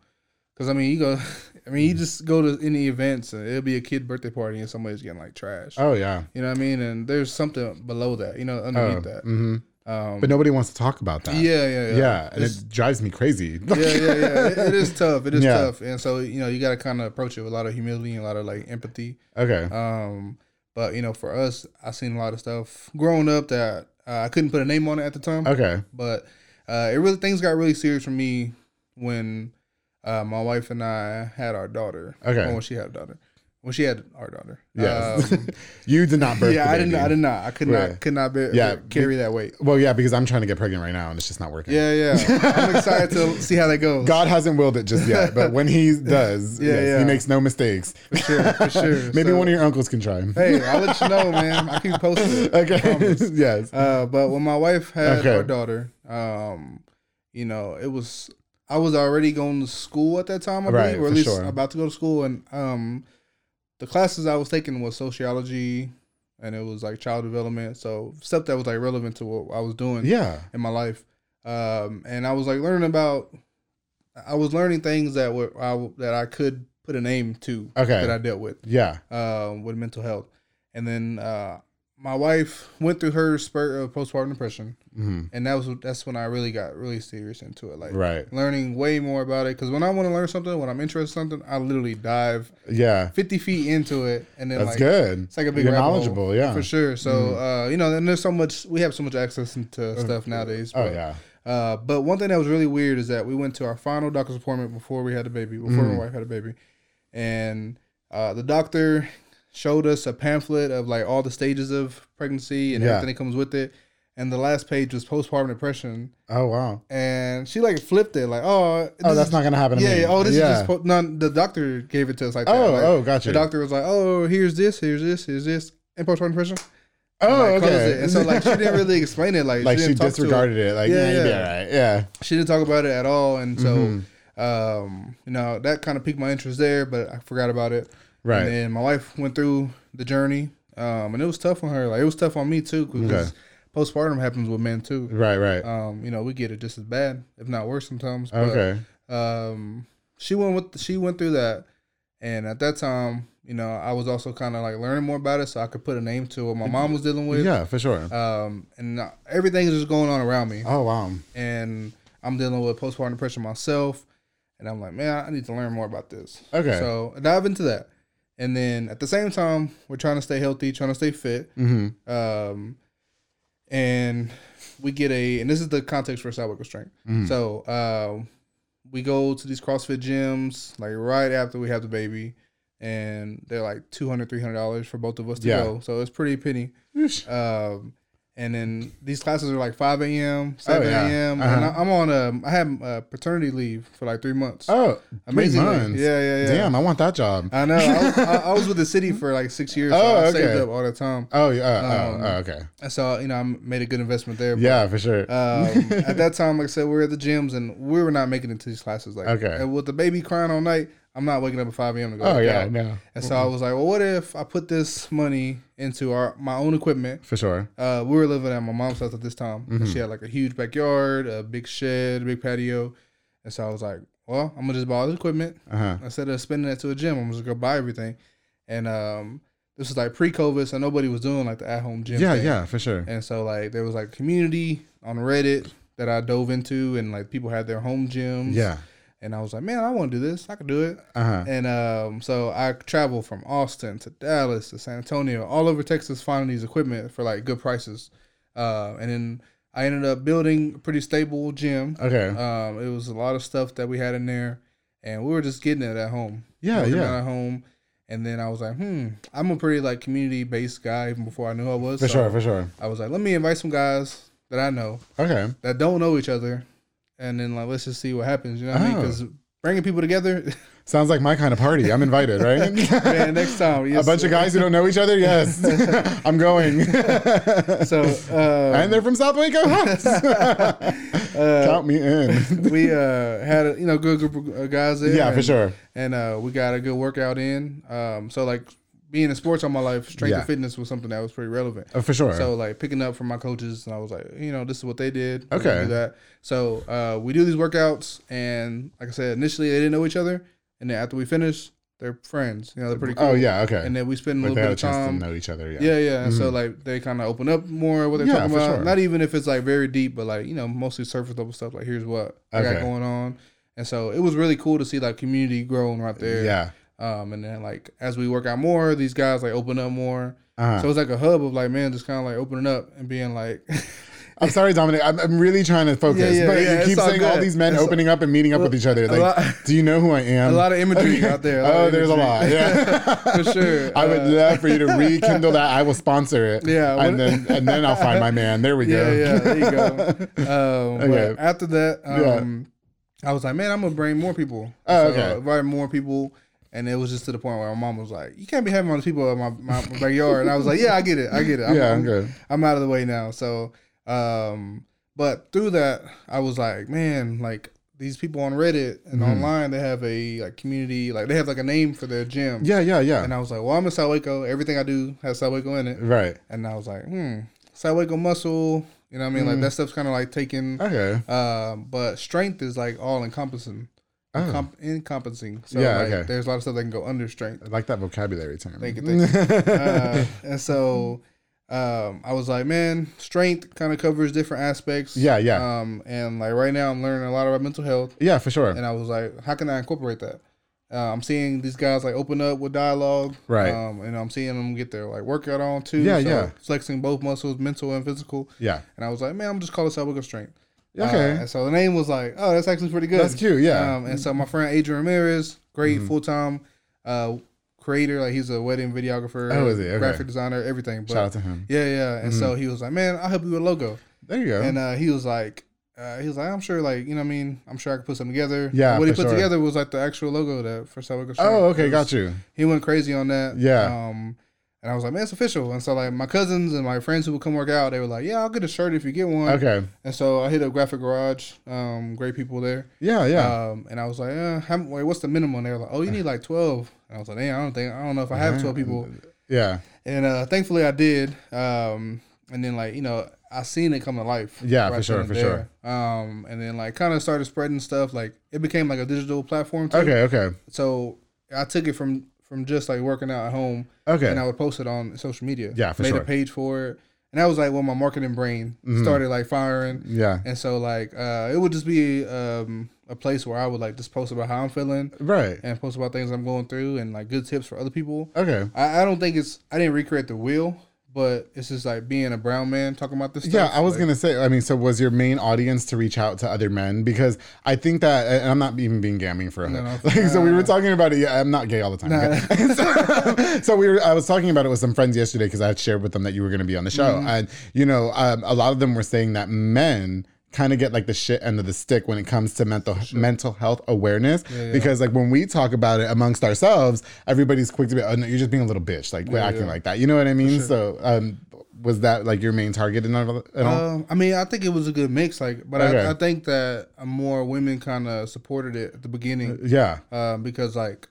C: because i mean you go *laughs* i mean you just go to any events and it'll be a kid birthday party and somebody's getting like trash
A: oh, yeah.
C: you know what i mean and there's something below that you know
A: Oh,
C: underneath that
A: hmm
C: um
A: But nobody wants to talk about that.
C: yeah yeah
A: Yeah.
C: yeah
A: and
C: It's-
A: it drives me
C: *laughs*
A: crazy.
C: yeah, yeah, yeah. It, it is tough. It is
A: Yeah.
C: tough, and so you know you got to kind of approach it with a lot of humility and a lot of like empathy.
A: okay.
C: Um, but you know, for us, I seen a lot of stuff growing up that uh, I couldn't put a name on it at the time.
A: okay.
C: But uh, it really things got really serious for me when uh, my wife and I had our daughter.
A: Okay.
C: Well, when she had a daughter, when she had our daughter.
A: *laughs* Yes.
C: Um,
A: you did not birth.
C: yeah,
A: the
C: I didn't.
A: baby.
C: I did not. I could
A: Right.
C: not. Could not bear,
A: Yeah,
C: carry that weight.
A: Well, yeah, because I'm trying to get pregnant right now and it's just not working.
C: Yeah, yeah. I'm excited to
A: *laughs*
C: see how that goes.
A: God hasn't willed it just yet, but when he does,
C: *laughs* Yeah,
A: yes, he
C: yeah.
A: makes no mistakes.
C: for sure, for sure.
A: Maybe
C: So-
A: one of your uncles can try.
C: hey, I'll let you know, man. I keep posting. It, I
A: *laughs* okay.
C: promise.
A: yes.
C: Uh, but when my wife had
A: Okay.
C: her daughter, um, you know, it was I was already going to school at that time, I
A: Right,
C: believe, or at
A: for
C: least
A: sure.
C: about to go to school, and um, the classes I was taking was sociology, and it was like child development, so stuff that was like relevant to what I was doing
A: yeah.
C: in my life, um, and I was like learning about. I was learning things that were I, that I could put a name to
A: Okay.
C: that I dealt with
A: Yeah.
C: um, with mental health. And then uh, my wife went through her spurt of postpartum depression, and that was that's when I really got really serious into it. Like
A: Mm-hmm. Right.
C: learning way more about it because when I want to learn something, when I'm interested in something, I literally dive
A: Yeah.
C: fifty feet into it, and then
A: That's
C: like,
A: good. Mm-hmm.
C: It's like a big
A: You're
C: rabbit hole,
A: knowledgeable, yeah.
C: for sure. So uh, you know, and there's so much we have so much access into stuff nowadays.
A: Oh
C: but,
A: yeah.
C: Uh, but one thing that was really weird is that we went to our final doctor's appointment before we had a baby, before
A: Mm.
C: my wife had a baby, and uh, the doctor showed us a pamphlet of like all the stages of pregnancy and
A: Yeah.
C: everything that comes with it. And the last page was postpartum depression,
A: Oh wow.
C: and she like flipped it like, oh,
A: Oh,
C: this
A: that's
C: is-
A: not gonna happen to
C: yeah,
A: me.
C: yeah. Oh, this
A: Yeah.
C: is just po- no. The doctor gave it to us like that.
A: Oh,
C: Like,
A: oh, gotcha.
C: The doctor was like, "Oh, here's this, here's this, here's this," and postpartum depression.
A: Oh,
C: like, closed
A: okay.
C: it. And so like she
A: *laughs*
C: didn't really explain it. Like,
A: like
C: she,
A: she
C: didn't talk
A: disregarded
C: to
A: it. Like
C: Yeah,
A: yeah, you'd be
C: yeah.
A: all right. Yeah.
C: it. She didn't talk about it at all. And so,
A: Mm-hmm.
C: um, you know, that kind of piqued my interest there, but I forgot about it.
A: Right.
C: And then my wife went through the journey, um, and it was tough on her. Like it was tough on me too because
A: Okay.
C: postpartum happens with men too.
A: Right. Right.
C: Um, you know, we get it just as bad, if not worse sometimes. But,
A: okay.
C: um, she went with she went through that, and at that time, you know, I was also kind of like learning more about it, so I could put a name to what my mom was dealing with.
A: Yeah, for sure.
C: Um, and uh, everything is just going on around me,
A: oh wow.
C: and I'm dealing with postpartum depression myself, and I'm like, man, I need to learn more about this.
A: Okay.
C: So I dive into that, and then at the same time, we're trying to stay healthy, trying to stay fit. Mm-hmm. Um, and we get a and this is the context for sidewalk strength.
A: Mm.
C: So um, we go to these CrossFit gyms like right after we have the baby, and they're like 200 dollars for both of us to
A: Yeah.
C: go. So it's pretty penny.
A: Yeesh.
C: Um, and then these classes are like 5 a.m., 7
A: Oh, yeah.
C: a.m. And I,
A: Uh-huh.
C: I'm on um, I have uh, paternity leave for like three months.
A: Oh, amazing.
C: Amazingly.
A: Months.
C: Yeah, yeah, Uh, yeah.
A: Damn, I want that job.
C: I know. I was, I, I
A: *laughs*
C: was with the city for like six years. so
A: Oh,
C: I
A: okay.
C: saved up all the time.
A: oh, yeah. uh,
C: Um,
A: oh, oh, okay.
C: And so you know, I made a good investment there. but,
A: Yeah, for sure.
C: Um, at that time, like I said, we were at the gyms and we were not making it to these classes. Like,
A: Okay.
C: and with the baby crying all night, I'm not waking up at 5 a.m. to go.
A: oh
C: work
A: yeah, Mm-hmm.
C: out.
A: no,
C: And so I was like, well, what if I put this money into our my own equipment?
A: for sure.
C: Uh, we were living at my mom's house at this time. And
A: Mm-hmm.
C: she had like a huge backyard, a big shed, a big patio. And so I was like, well, I'm gonna just buy all the equipment
A: Uh huh.
C: instead of spending it to a gym. I'm just gonna buy everything. And um, this was like pre-COVID, so nobody was doing like the at-home gym.
A: Yeah,
C: thing.
A: yeah, for sure.
C: And so like there was like community on Reddit that I dove into, and like people had their home gyms.
A: Yeah.
C: And I was like, man, I want to do this. I could do it.
A: Uh huh.
C: And um, so I traveled from Austin to Dallas to San Antonio, all over Texas, finding these equipment for like good prices. Uh, and then I ended up building a pretty stable gym.
A: Okay.
C: Um, it was a lot of stuff that we had in there, and we were just getting it at home.
A: Yeah,
C: Working
A: yeah.
C: it At home, and then I was like, hmm, I'm a pretty like community based guy even before I knew I was.
A: for
C: So
A: sure. For sure.
C: I was like, let me invite some guys that I know
A: Okay.
C: that don't know each other, and then like let's just see what happens. You know what I mean?
A: Oh.
C: Because bringing people together, *laughs*
A: Sounds like my kind of party. I'm invited, right?
C: man, next time
A: A
C: yes.
A: bunch of guys who don't know each other.
C: *laughs*
A: Yes, I'm going,
C: So
A: *laughs*
C: uh,
A: and they're from South Waco.
C: *laughs*
A: Count me in.
C: we uh, had a, you know good group of uh, guys there.
A: yeah, for
C: and-
A: sure.
C: and uh, we got a good workout in. Um, so like being in sports all my life, strength
A: Yeah.
C: and fitness was something that was pretty relevant.
A: Oh, for sure.
C: So like picking up from my coaches, and I was like, you know, this is what they did. We're
A: Okay.
C: gonna do that. So uh, we do these workouts, and like I said, initially they didn't know each other, and then after we finish, they're friends. You know, they're pretty cool.
A: oh yeah. Okay.
C: And then we spend a
A: like
C: little
A: they had
C: bit
A: a
C: of
A: chance
C: time.
A: to know each other. Yeah. Mm-hmm.
C: Yeah, yeah. And so like they kind of open up more what they're
A: Yeah,
C: talking
A: for
C: about.
A: sure.
C: Not even if it's like very deep, but like you know, mostly surface level stuff. Like here's what I
A: Okay.
C: got going on. And so it was really cool to see like community growing right there.
A: Yeah.
C: Um, and then like as we work out more, these guys like open up more.
A: Uh-huh.
C: So it's like a hub of like man, just kind of like opening up and being like, *laughs*
A: I'm sorry, Dominic. I'm, I'm really trying to focus,
C: Yeah, yeah,
A: but you
C: yeah,
A: keep
C: it's all
A: saying all
C: good.
A: these men
C: It's-
A: opening up and meeting up with each other. Like,
C: lot-
A: do you know who I am?
C: *laughs* A lot of
A: *laughs*
C: imagery out there, a lot
A: oh,
C: of
A: there's a
C: imagery.
A: lot.
C: *laughs*
A: Yeah,
C: For sure.
A: I would
C: Uh,
A: love for you
C: *laughs*
A: to rekindle that. I will sponsor it.
C: Yeah,
A: and then
C: what-
A: and then I'll find my man. There we go.
C: *laughs* yeah, yeah, there you
A: *laughs*
C: go. Um,
A: Okay.
C: But after that,
A: Yeah.
C: um, I was like, man, I'm gonna bring more people.
A: Oh,
C: So I
A: okay.
C: invited more people. And it was just to the point where my mom was like, "You can't be having all these people in my, my,
A: *laughs*
C: my backyard." And I was like, "Yeah, I get it, I get it. I'm,
A: Yeah, I'm
C: I'm-
A: good.
C: I'm out of the way now." So, um, but through that, I was like, "Man, like these people on Reddit and
A: Mm-hmm.
C: online, they have a like community, like they have like a name for their gym."
A: yeah, yeah, yeah.
C: And I was like, "Well, I'm in South Waco. Everything I do has South Waco in it."
A: right.
C: and I was like, hmm, side waco muscle. You know what I mean? Like
A: Mm.
C: that stuff's kind of like taken.
A: Okay.
C: Um, but strength is like all encompassing,
A: Oh.
C: com- encompassing. So
A: Hmm. Yeah,
C: like,
A: okay.
C: there's a
A: *laughs*
C: lot of stuff that can go under strength.
A: I like that vocabulary term.
C: Thank you, thank you. uh, and so um, I was like, man, strength kind of covers different aspects.
A: Yeah, yeah.
C: Um, and like right now, I'm learning a lot about mental health,
A: Yeah, for sure.
C: and I was like, how can I incorporate that? Uh, I'm seeing these guys like open up with dialogue,
A: Right.
C: Um, and I'm seeing them get their like workout on too.
A: Yeah, yeah.
C: Flexing both muscles, mental and physical.
A: Yeah.
C: And I was like, man, I'm just calling this Salvador Strength. Uh,
A: Okay.
C: and so the name was like, oh, that's actually pretty good.
A: That's cute, yeah. Mm-hmm.
C: Um, and so my friend Adrian Ramirez, great full time uh, creator, like he's a wedding videographer,
A: Oh, is he? Okay.
C: graphic designer, everything. But
A: Shout out to him. Mm-hmm.
C: yeah, yeah. And so he was like, man, I'll help you with a logo.
A: There you go.
C: And uh, he was like, uh, he was like, I'm sure, like, you know what I mean? I'm sure I could put something together.
A: Yeah,
C: What he
A: for
C: put
A: sure.
C: together was like the actual logo that for Salvador.
A: oh, okay, got you.
C: He went crazy on that.
A: Yeah.
C: Um, and I was like, man, it's official. And so, like, my cousins and my friends who would come work out, they were like, yeah, I'll get a shirt if you get one.
A: Okay.
C: And so I hit up Graphic Garage, um, great people there.
A: Yeah, yeah.
C: Um, and I was like, uh, how, wait, what's the minimum? They were like, oh, you need like 12. And I was like, damn, I don't think, I don't know if I have 12
A: Uh-huh.
C: people.
A: yeah.
C: And uh, thankfully I did. Um, and then like, you know, I seen it come to life.
A: Yeah, for sure,
C: then and
A: for sure.
C: there. Um, and then like kind of started spreading stuff. Like it became like a digital platform. Too.
A: Okay, okay.
C: So I took it from, from just like working out at home
A: Okay.
C: and I would post it on social media.
A: Yeah, for
C: Made
A: sure. Mm-hmm.
C: a page for it. And that was like when my marketing brain started like firing.
A: yeah.
C: And so like uh, it would just be um, a place where I would like just post about how I'm feeling
A: Right.
C: and post about things I'm going through and like good tips for other people.
A: Okay.
C: I, I don't think it's I didn't recreate the wheel, but it's just like being a brown man talking about this.
A: Yeah,
C: stuff.
A: I was
C: Like,
A: gonna say. I mean, so was your main audience to reach out to other men? Because I think that, and I'm not even being gaming for a hood.
C: no.
A: *laughs* Like, so we were talking about it. Yeah, I'm not gay all the time. okay? so, *laughs* so we were. I was talking about it with some friends yesterday because I had shared with them that you were gonna be on the show, and you know, um, a lot of them were saying that men kind of get like the shit end of the stick when it comes to mental mental health awareness because like when we talk about it amongst ourselves everybody's quick to be oh no you're just being a little bitch like we're acting like that you know what i mean so um was that like your main target and all- and all?
C: Um, I mean, I think it was a good mix, like, but
A: Okay.
C: I, I think that more women kind of supported it at the beginning
A: Yeah,
C: uh, because, like,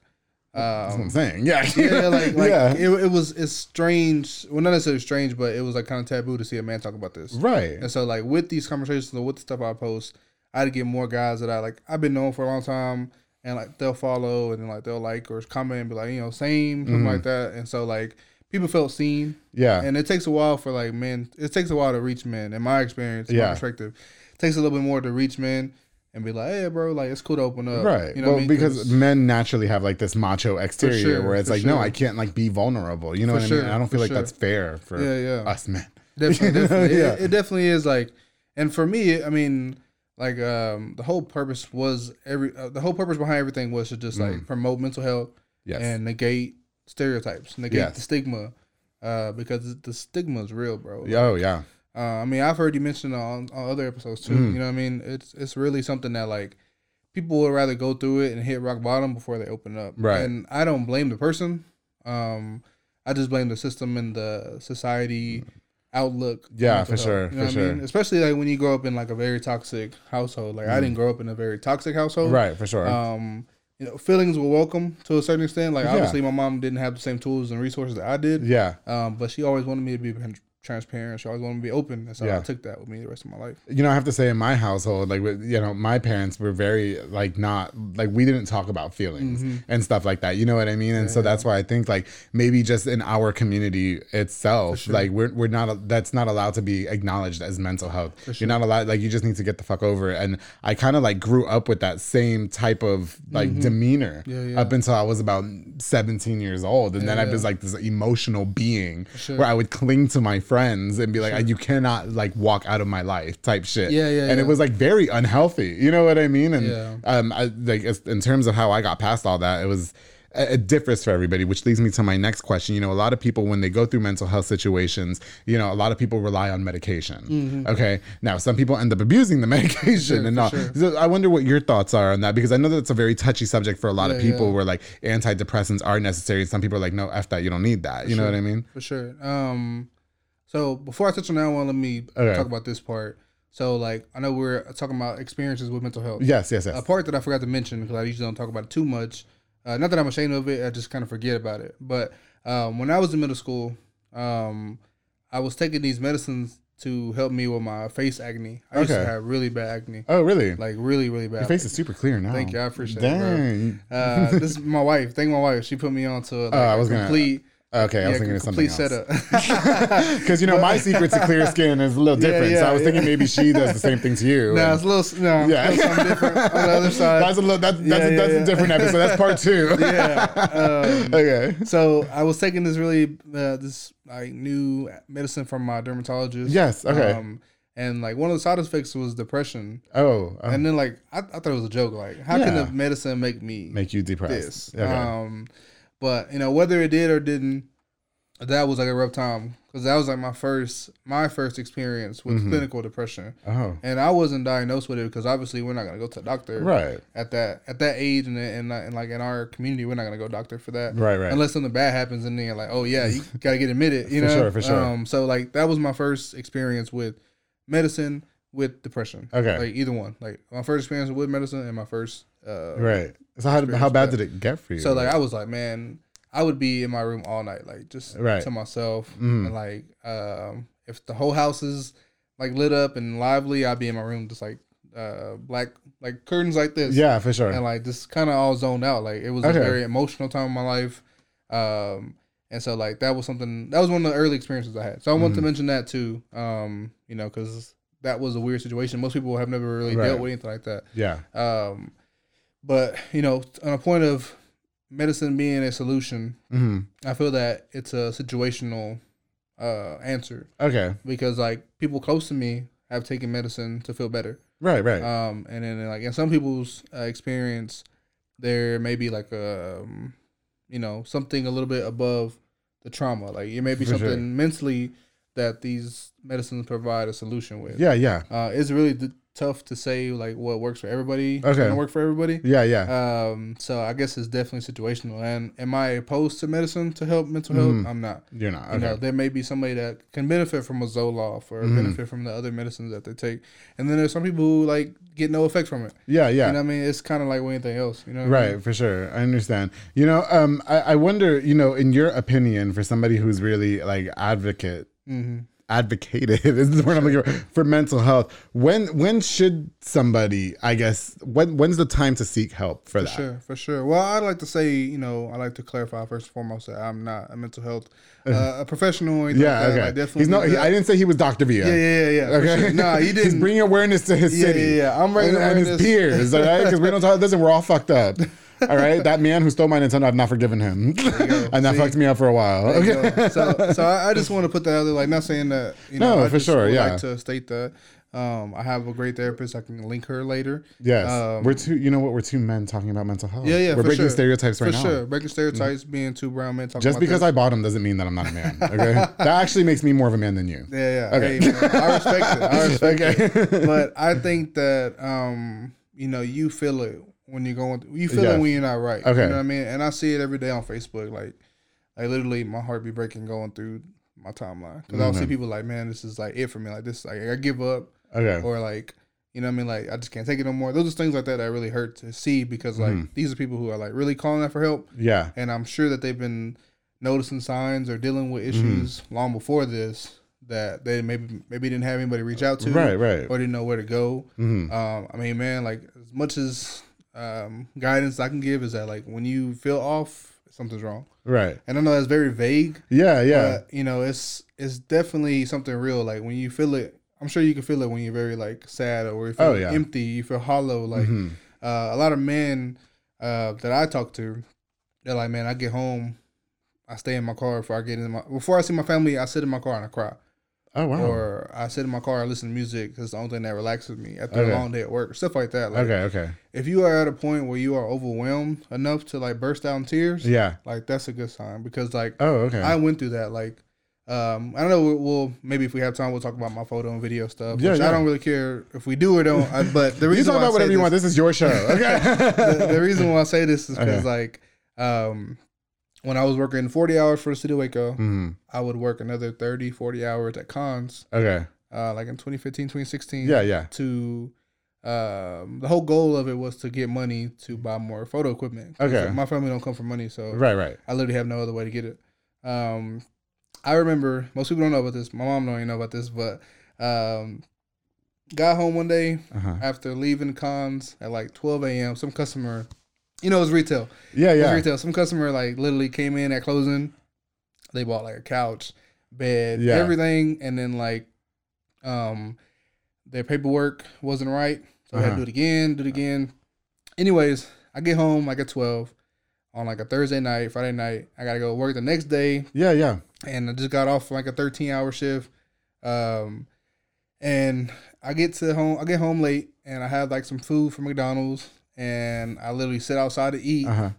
A: that's what I'm saying. Yeah,
C: yeah, like, like
A: Yeah.
C: It, it was it's strange. Well, not necessarily strange, but it was like kind of taboo to see a man talk about this,
A: *laughs* right.
C: And so, like with these conversations or with the stuff I post, I'd get more guys that I like. I've been known for a long time, and like they'll follow and then like they'll like or comment and be like, you know, same something like that. And so, like people felt seen.
A: Mm-hmm. Yeah.
C: And it takes a while for like men. It takes a while to reach men, in my experience, in
A: Yeah.
C: my perspective. It takes a little bit more to reach men and be like, hey, bro, like it's cool to open up,
A: Right.
C: You know, what
A: well,
C: I mean?
A: because
C: 'Cause-
A: men naturally have like this macho exterior
C: sure,
A: where it's
C: for
A: like, no,
C: sure.
A: I can't like be vulnerable. You know what I mean?
C: sure,
A: And I don't
C: for
A: feel like
C: sure.
A: that's fair for
C: Yeah, yeah.
A: us men.
C: Definitely,
A: *laughs*
C: definitely.
A: Yeah.
C: It, it definitely is like, and for me, I mean, like, um, the whole purpose was every uh, the whole purpose behind everything was to just like promote mental health
A: Mm-hmm. Yes.
C: and negate stereotypes, negate
A: Yes.
C: the stigma, uh, because the stigma is real, bro.
A: Yeah, Oh yeah.
C: Uh, I mean, I've heard you mention it on, on other episodes too.
A: Mm.
C: You know, what I mean, it's it's really something that like people would rather go through it and hit rock bottom before they open up.
A: Right.
C: And I don't blame the person. Um, I just blame the system and the society outlook. on
A: Yeah,
C: mental
A: for
C: health.
A: sure,
C: You know
A: for
C: what I
A: sure. Mm.
C: mean? Especially like when you grow up in like a very toxic household. Like I didn't grow up in a very toxic household.
A: Right. For sure.
C: Um, you know, feelings were welcome to a certain extent. Like
A: Yeah.
C: obviously, my mom didn't have the same tools and resources that I did.
A: yeah.
C: Um, but she always wanted me to be tran- transparent. She always wanted me to be open. And so
A: Yeah.
C: I took that with me the rest of my life.
A: you know, I have to say in my household, like, with, you know, my parents were very, like, not, like, we didn't talk about feelings
C: Mm-hmm.
A: and stuff like that. You know what I mean? And so that's why I think, like, maybe just in our community itself, like, we're, we're not, that's not allowed to be acknowledged as mental health. You're not allowed, like, you just need to get the fuck over it. And I kind of, like, grew up with that same type of, like,
C: Mm-hmm.
A: demeanor up until I was about 17 years old. And then I was, like, this emotional being where I would cling to my friends and be like, you cannot, like, walk out of my life type shit
C: Yeah, yeah,
A: and it
C: yeah.
A: was like very unhealthy. You know what I mean? And
C: Yeah.
A: um, I, like as- in terms of how I got past all that, it was uh, it it differs for everybody, which leads me to my next question. You know, a lot of people when they go through mental health situations, you know, a lot of people rely on medication.
C: Mm-hmm.
A: Okay, now some people end up abusing the *laughs* medication and all. So I wonder what your thoughts are on that because I know that's a very touchy subject for a lot of
C: Yeah,
A: people where like antidepressants are necessary. and Some people are like, no, f that, you don't need that. You know what I mean?
C: For sure. Um, so before I touch on that one, let me
A: Okay.
C: talk about this part. So like, I know we're talking about experiences with mental health.
A: Yes, yes, yes.
C: A part that I forgot to mention because I usually don't talk about it too much. Uh, not that I'm ashamed of it. I just kind of forget about it. But um, when I was in middle school, um, I was taking these medicines to help me with my face acne. I used to
A: Okay.
C: have really bad acne,
A: oh, really?
C: like uh, really, really bad.
A: Your face is super clear now.
C: Thank you, I appreciate it, bro.
A: Dang. *laughs*
C: Uh, this is my wife. Thank my wife. She put me on to like,
A: Oh, I
C: a
A: was gonna-
C: complete
A: Okay, I was thinking of something
C: complete
A: else.
C: setup. *laughs*
A: Because you know my secret to clear skin is a little different. so
C: yeah,
A: I was
C: yeah.
A: thinking maybe she does the same thing to you.
C: no,
A: and-
C: it's a little, no,
A: Yeah.
C: yeah. something different on
A: *laughs*
C: the other side.
A: that's a little that's that's,
C: Yeah,
A: a,
C: yeah,
A: that's a
C: yeah.
A: different episode. That's part two.
C: *laughs*
A: *laughs*
C: yeah. Um,
A: okay.
C: so I was taking this really uh, this like new medicine from my dermatologist.
A: Yes, okay.
C: Um, and like one of the side effects was depression.
A: Oh, uh,
C: And then like I, I thought it was a joke. Like how can
A: Yeah.
C: the medicine make me
A: make you depressed.
C: this?
A: Okay.
C: Um, but you know whether it did or didn't, that was like a rough time because that was like my first my first experience
A: Mm-hmm.
C: with clinical depression.
A: oh,
C: And I wasn't diagnosed with it because obviously we're not gonna go to a doctor
A: right.
C: at that at that age and and, and like in our community we're not gonna go doctor for that
A: Right, right.
C: unless something bad happens and then you're like oh
A: *laughs*
C: yeah you gotta get admitted you
A: For
C: know
A: sure, for sure.
C: um so like that was my first experience with medicine with depression
A: Okay.
C: like either one like my first experience with medicine and my first uh
A: Right. So how how bad did it get for you?
C: so like I was like man I would be in my room all night like just
A: Right. Mm-hmm.
C: to myself and like um if the whole house is like lit up and lively I'd be in my room just like uh black like curtains like this
A: yeah, for sure.
C: and like just kind of all zoned out. Like it was
A: Okay.
C: a very emotional time in my life, um, and so like that was something that was one of the early experiences I had. So I wanted
A: Mm-hmm.
C: to mention that too, um, you know, because that was a weird situation. Most people have never really
A: Right.
C: dealt with anything like that.
A: yeah.
C: Um, but you know, on a point of medicine being a solution,
A: hmm
C: I feel that it's a situational uh, answer
A: Okay.
C: because like people close to me have taken medicine to feel better.
A: Right. Right.
C: Um, and then like in some people's uh, experience, there may be like um, you know, something a little bit above the trauma. Like it may be
A: For sure.
C: something mentally that these medicines provide a solution with.
A: yeah. Yeah.
C: Uh, it's really d- tough to say like what works for everybody. It's
A: Okay.
C: gonna work for everybody.
A: Yeah. Yeah.
C: Um, so I guess it's definitely situational. And am I opposed to medicine to help mental
A: Mhm.
C: health? I'm not.
A: You're not.
C: You know,
A: Okay.
C: there may be somebody that can benefit from a Zoloft or
A: Mhm.
C: benefit from the other medicines that they take, and then there's some people who like get no effect from it.
A: Yeah. Yeah.
C: You know, what I mean, it's kind of like with anything else. You know, what I mean?
A: Right, for sure. I understand. You know, um, I, I wonder, you know, in your opinion, for somebody who's really like advocate
C: Mm-hmm.
A: advocated *laughs* is the word I'm looking for, for mental health. When when should somebody, I guess, when when's the time to seek help for, that?
C: For sure, for sure. Well, I'd like to say, you know, I like to clarify first and foremost that I'm not a
A: *laughs*
C: mental health uh, a professional. Or anything
A: Yeah,
C: like that.
A: okay.
C: I definitely
A: He's not.
C: do
A: He,
C: that.
A: I didn't say he was Dr. Villa.
C: yeah, yeah, yeah,
A: *laughs*
C: yeah.
A: Okay.
C: Okay, sure. no, he didn't.
A: He's bringing awareness to his
C: Yeah,
A: city.
C: yeah, yeah. I'm bringing
A: and, and his
C: awareness.
A: peers, all right? Because we don't talk. Listen, we're all fucked
C: *laughs*
A: up. All right. That man who stole my Nintendo, I've not forgiven him,
C: go.
A: *laughs* and that
C: See?
A: fucked me up for a while. Okay.
C: So, so, so I, I just want to put that out there, like not saying that. You know,
A: No,
C: I
A: for
C: just
A: sure,
C: would
A: yeah.
C: Like to state that um, I have a great therapist. I can link her later.
A: Yes,
C: Um,
A: we're two. You know what? We're two men talking about mental health.
C: Yeah, yeah.
A: We're
C: for
A: breaking
C: sure.
A: stereotypes right
C: for
A: now. Mm-hmm.
C: sure. Breaking stereotypes, being two brown men talking
A: Just
C: about
A: because
C: this.
A: I bought him doesn't mean that I'm not a
C: *laughs*
A: man. Okay, that actually makes me more of a man than you.
C: yeah, yeah.
A: Okay.
C: Hey, man, I respect
A: *laughs*
C: it. I respect *laughs*
A: okay.
C: it. But I think that um, you know, you feel it when you're going. You feel
A: Yes.
C: it when you're not right.
A: Okay.
C: You know what I mean? And I see it every day on Facebook. Like, like literally, my heart be breaking going through my timeline because
A: Mm-hmm.
C: I'll see people like, man, this is like it for me. Like this, like I give up.
A: okay.
C: or like you know what I mean like I just can't take it no more. Those are things like that that really hurt to see because like
A: Mm-hmm.
C: these are people who are like really calling out for help
A: yeah.
C: and I'm sure that they've been noticing signs or dealing with
A: Mm-hmm.
C: issues long before this that they maybe maybe didn't have anybody reach out to
A: Right, right.
C: or didn't know where to go.
A: Mhm.
C: Um, I mean man like as much as um, guidance I can give is that like when you feel off something's wrong.
A: Right.
C: And I know that's very vague
A: Yeah. Yeah.
C: but you know it's it's definitely something real like when you feel it i'm sure you can feel it when you're very like sad or you feel
A: Oh, yeah. Mm-hmm.
C: empty you feel hollow like uh, a lot of men uh, that i talk to they're like man i get home i stay in my car before i get in my before i see my family i sit in my car and i cry
A: oh wow.
C: or i sit in my car and listen to music because it's the only thing that relaxes me after
A: Okay.
C: a long day at work stuff like that like
A: okay. Okay.
C: if you are at a point where you are overwhelmed enough to like burst out in tears
A: Yeah.
C: like that's a good sign because like
A: Oh okay.
C: I went through that. Like, um, I don't know. We'll, we'll maybe if we have time, we'll talk about my photo and video stuff.
A: Yeah,
C: which
A: yeah.
C: I don't really care if we do or don't. I, but the
A: you
C: reason
A: talk
C: why I
A: about
C: say
A: whatever you want.
C: this-
A: This is your
C: *laughs*
A: show. Okay.
C: the,
A: *laughs*
C: the reason why I say this is because
A: Okay.
C: like, um, when I was working forty hours for the city of Waco,
A: Mhm.
C: I would work another 30, 40 hours at cons,
A: Okay.
C: uh, like in 2015, 2016.
A: Yeah. Yeah.
C: To um, the whole goal of it was to get money to buy more photo equipment. 'Cause
A: Okay.
C: my family don't come from money, so
A: Right. Right.
C: I literally have no other way to get it. Um, I remember most people don't know about this. My mom don't even know about this, but um, got home one day
A: Uh-huh.
C: after leaving cons at like 12 a.m. Some customer, you know, it's retail.
A: Yeah.
C: It's
A: Yeah.
C: retail. Some customer like literally came in at closing, They bought like a couch, bed,
A: Yeah.
C: everything, and then like, um, their paperwork wasn't right, so I had to
A: Uh-huh.
C: do it again, do it again. Anyways, I get home like at twelve on like a Thursday night, Friday night. I gotta go work the next day,
A: Yeah, yeah.
C: and I just got off like a 13 hour shift. Um, and I get to home, I get home late, and I have like some food from McDonald's, and I literally sit outside to eat,
A: Uh huh.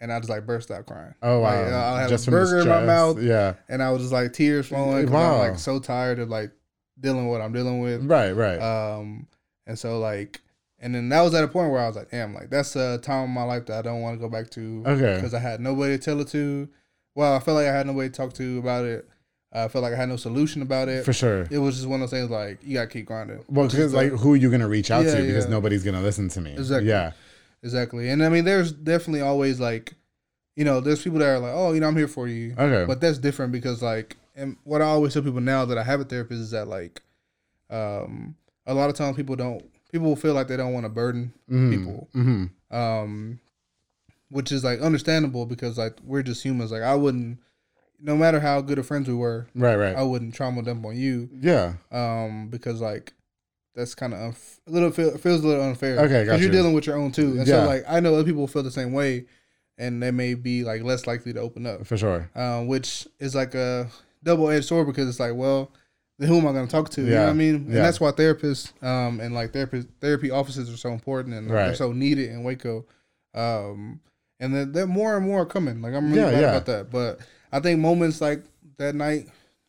C: and I just like burst out crying.
A: Oh wow.
C: Like, uh, I had
A: Just
C: a
A: from the
C: burger in my
A: stress.
C: mouth,
A: Yeah.
C: and I was just like tears flowing. 'cause
A: Wow.
C: I'm like so tired of like dealing with what I'm dealing with.
A: Right. Right.
C: Um, and so like, and then that was at a point where I was like, damn, like that's a time in my life that I don't want to go back to
A: okay.
C: because I had nobody to tell it to. Well, I felt like I had nobody to talk to about it. I felt like I had no solution about it.
A: For sure.
C: It was just one of those things like you gotta keep grinding.
A: Well,
C: Just
A: because
C: like-
A: like, who are you gonna reach out
C: Yeah,
A: to? Because
C: yeah.
A: nobody's gonna listen to me.
C: Exactly.
A: Yeah.
C: Exactly, and I mean, there's definitely always like, you know, there's people that are like, oh, you know, I'm here for you,
A: Okay.
C: but that's different because like, and what I always tell people now that I have a therapist is that like, um, a lot of times people don't, people feel like they don't want to burden people,
A: hmm
C: um, which is like understandable because like we're just humans. Like I wouldn't, no matter how good of friends we were,
A: Right. Right.
C: I wouldn't trauma dump on you,
A: Yeah.
C: um, because like that's kind of unf- a little feel, feels a little unfair.
A: Okay, got
C: you're
A: you.
C: dealing with your own too, and
A: Yeah.
C: so like I know other people feel the same way, and they may be like less likely to open up,
A: For sure.
C: um, which is like a double edged sword because it's like, well, then who am I going to talk to? You know
A: Yeah,
C: what I mean? And
A: yeah.
C: that's why therapists um, and like therapy therapy offices are so important and like, they're
A: Right.
C: so needed in Waco, um, and then they're more and more are coming. Like I'm really
A: Yeah,
C: glad
A: yeah.
C: about that, but I think moments like that night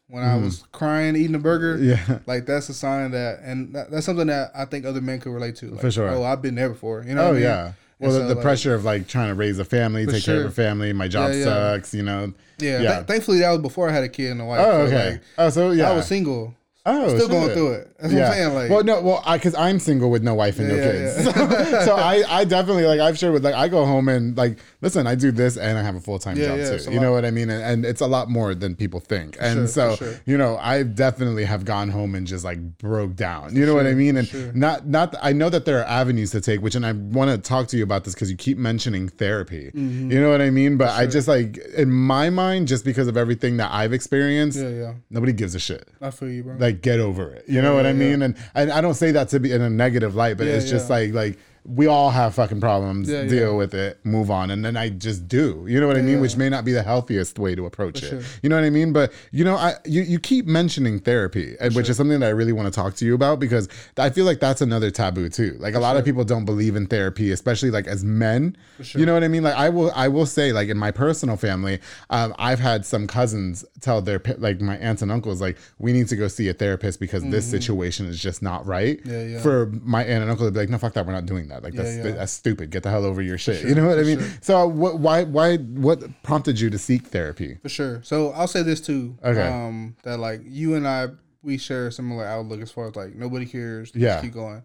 C: when I
A: Mhm.
C: was crying eating a burger
A: Yeah.
C: like that's a sign that and that, that's something that i think other men could relate to like,
A: For sure.
C: oh i've been there before you know what I
A: Oh
C: mean?
A: yeah. Well,
C: And
A: the,
C: so,
A: the
C: like-
A: pressure of like trying to raise a family,
C: For
A: take care
C: sure.
A: of a family. My job
C: Yeah, yeah.
A: sucks. You know.
C: yeah,
A: Yeah.
C: Th- thankfully that was before i had a kid and a wife
A: Oh
C: so,
A: okay.
C: like,
A: oh so yeah.
C: i was single
A: oh,
C: still going
A: shit.
C: through it that's what i'm saying like
A: well, no, well, I because I'm single with no wife and no
C: Yeah,
A: kids,
C: yeah,
A: *laughs*
C: yeah.
A: so, I, I definitely like I've shared with like I go home and like listen, I do this and I have a full time
C: Yeah,
A: job
C: yeah, it's
A: too.
C: a
A: You
C: lot.
A: know what I mean? And, and it's a lot more than people think. And
C: sure,
A: so
C: for sure.
A: you know, I definitely have gone home and just like broke down. You know what I mean? And
C: sure.
A: not not I know that there are avenues to take, which and I want to talk to you about this because you keep mentioning therapy.
C: Mm-hmm.
A: You know what I mean? But I just like in my mind, just because of everything that I've experienced,
C: yeah yeah
A: nobody gives a shit
C: i feel you bro
A: like get over it. You know what I mean? And and I don't say that to be in a negative light, but
C: Yeah,
A: it's just
C: yeah.
A: like like we all have fucking problems.
C: Yeah,
A: deal
C: yeah.
A: with it, move on, and then I just do. You know what I mean? Which may not be the healthiest way to approach it.
C: sure.
A: You know what I mean? But you know, I you, you keep mentioning therapy, and which is something that I really want to talk to you about because I feel like that's another taboo too. Like a lot of people don't believe in therapy, especially like as men. You know what I mean? Like I will I will say like in my personal family, um, I've had some cousins tell their pa- like my aunts and uncles like we need to go see a therapist because this situation is just not right.
C: Mm-hmm. Yeah, yeah.
A: For my aunt and uncle to be like, no, fuck that, we're not doing that. Like that's
C: yeah.
A: that's stupid. Get the hell over your shit. *laughs* you know what I mean? So what why why what prompted you to seek therapy?
C: for sure so i'll say this too
A: Okay.
C: um that like you and i we share a similar outlook as far as like nobody cares just
A: Yeah.
C: keep going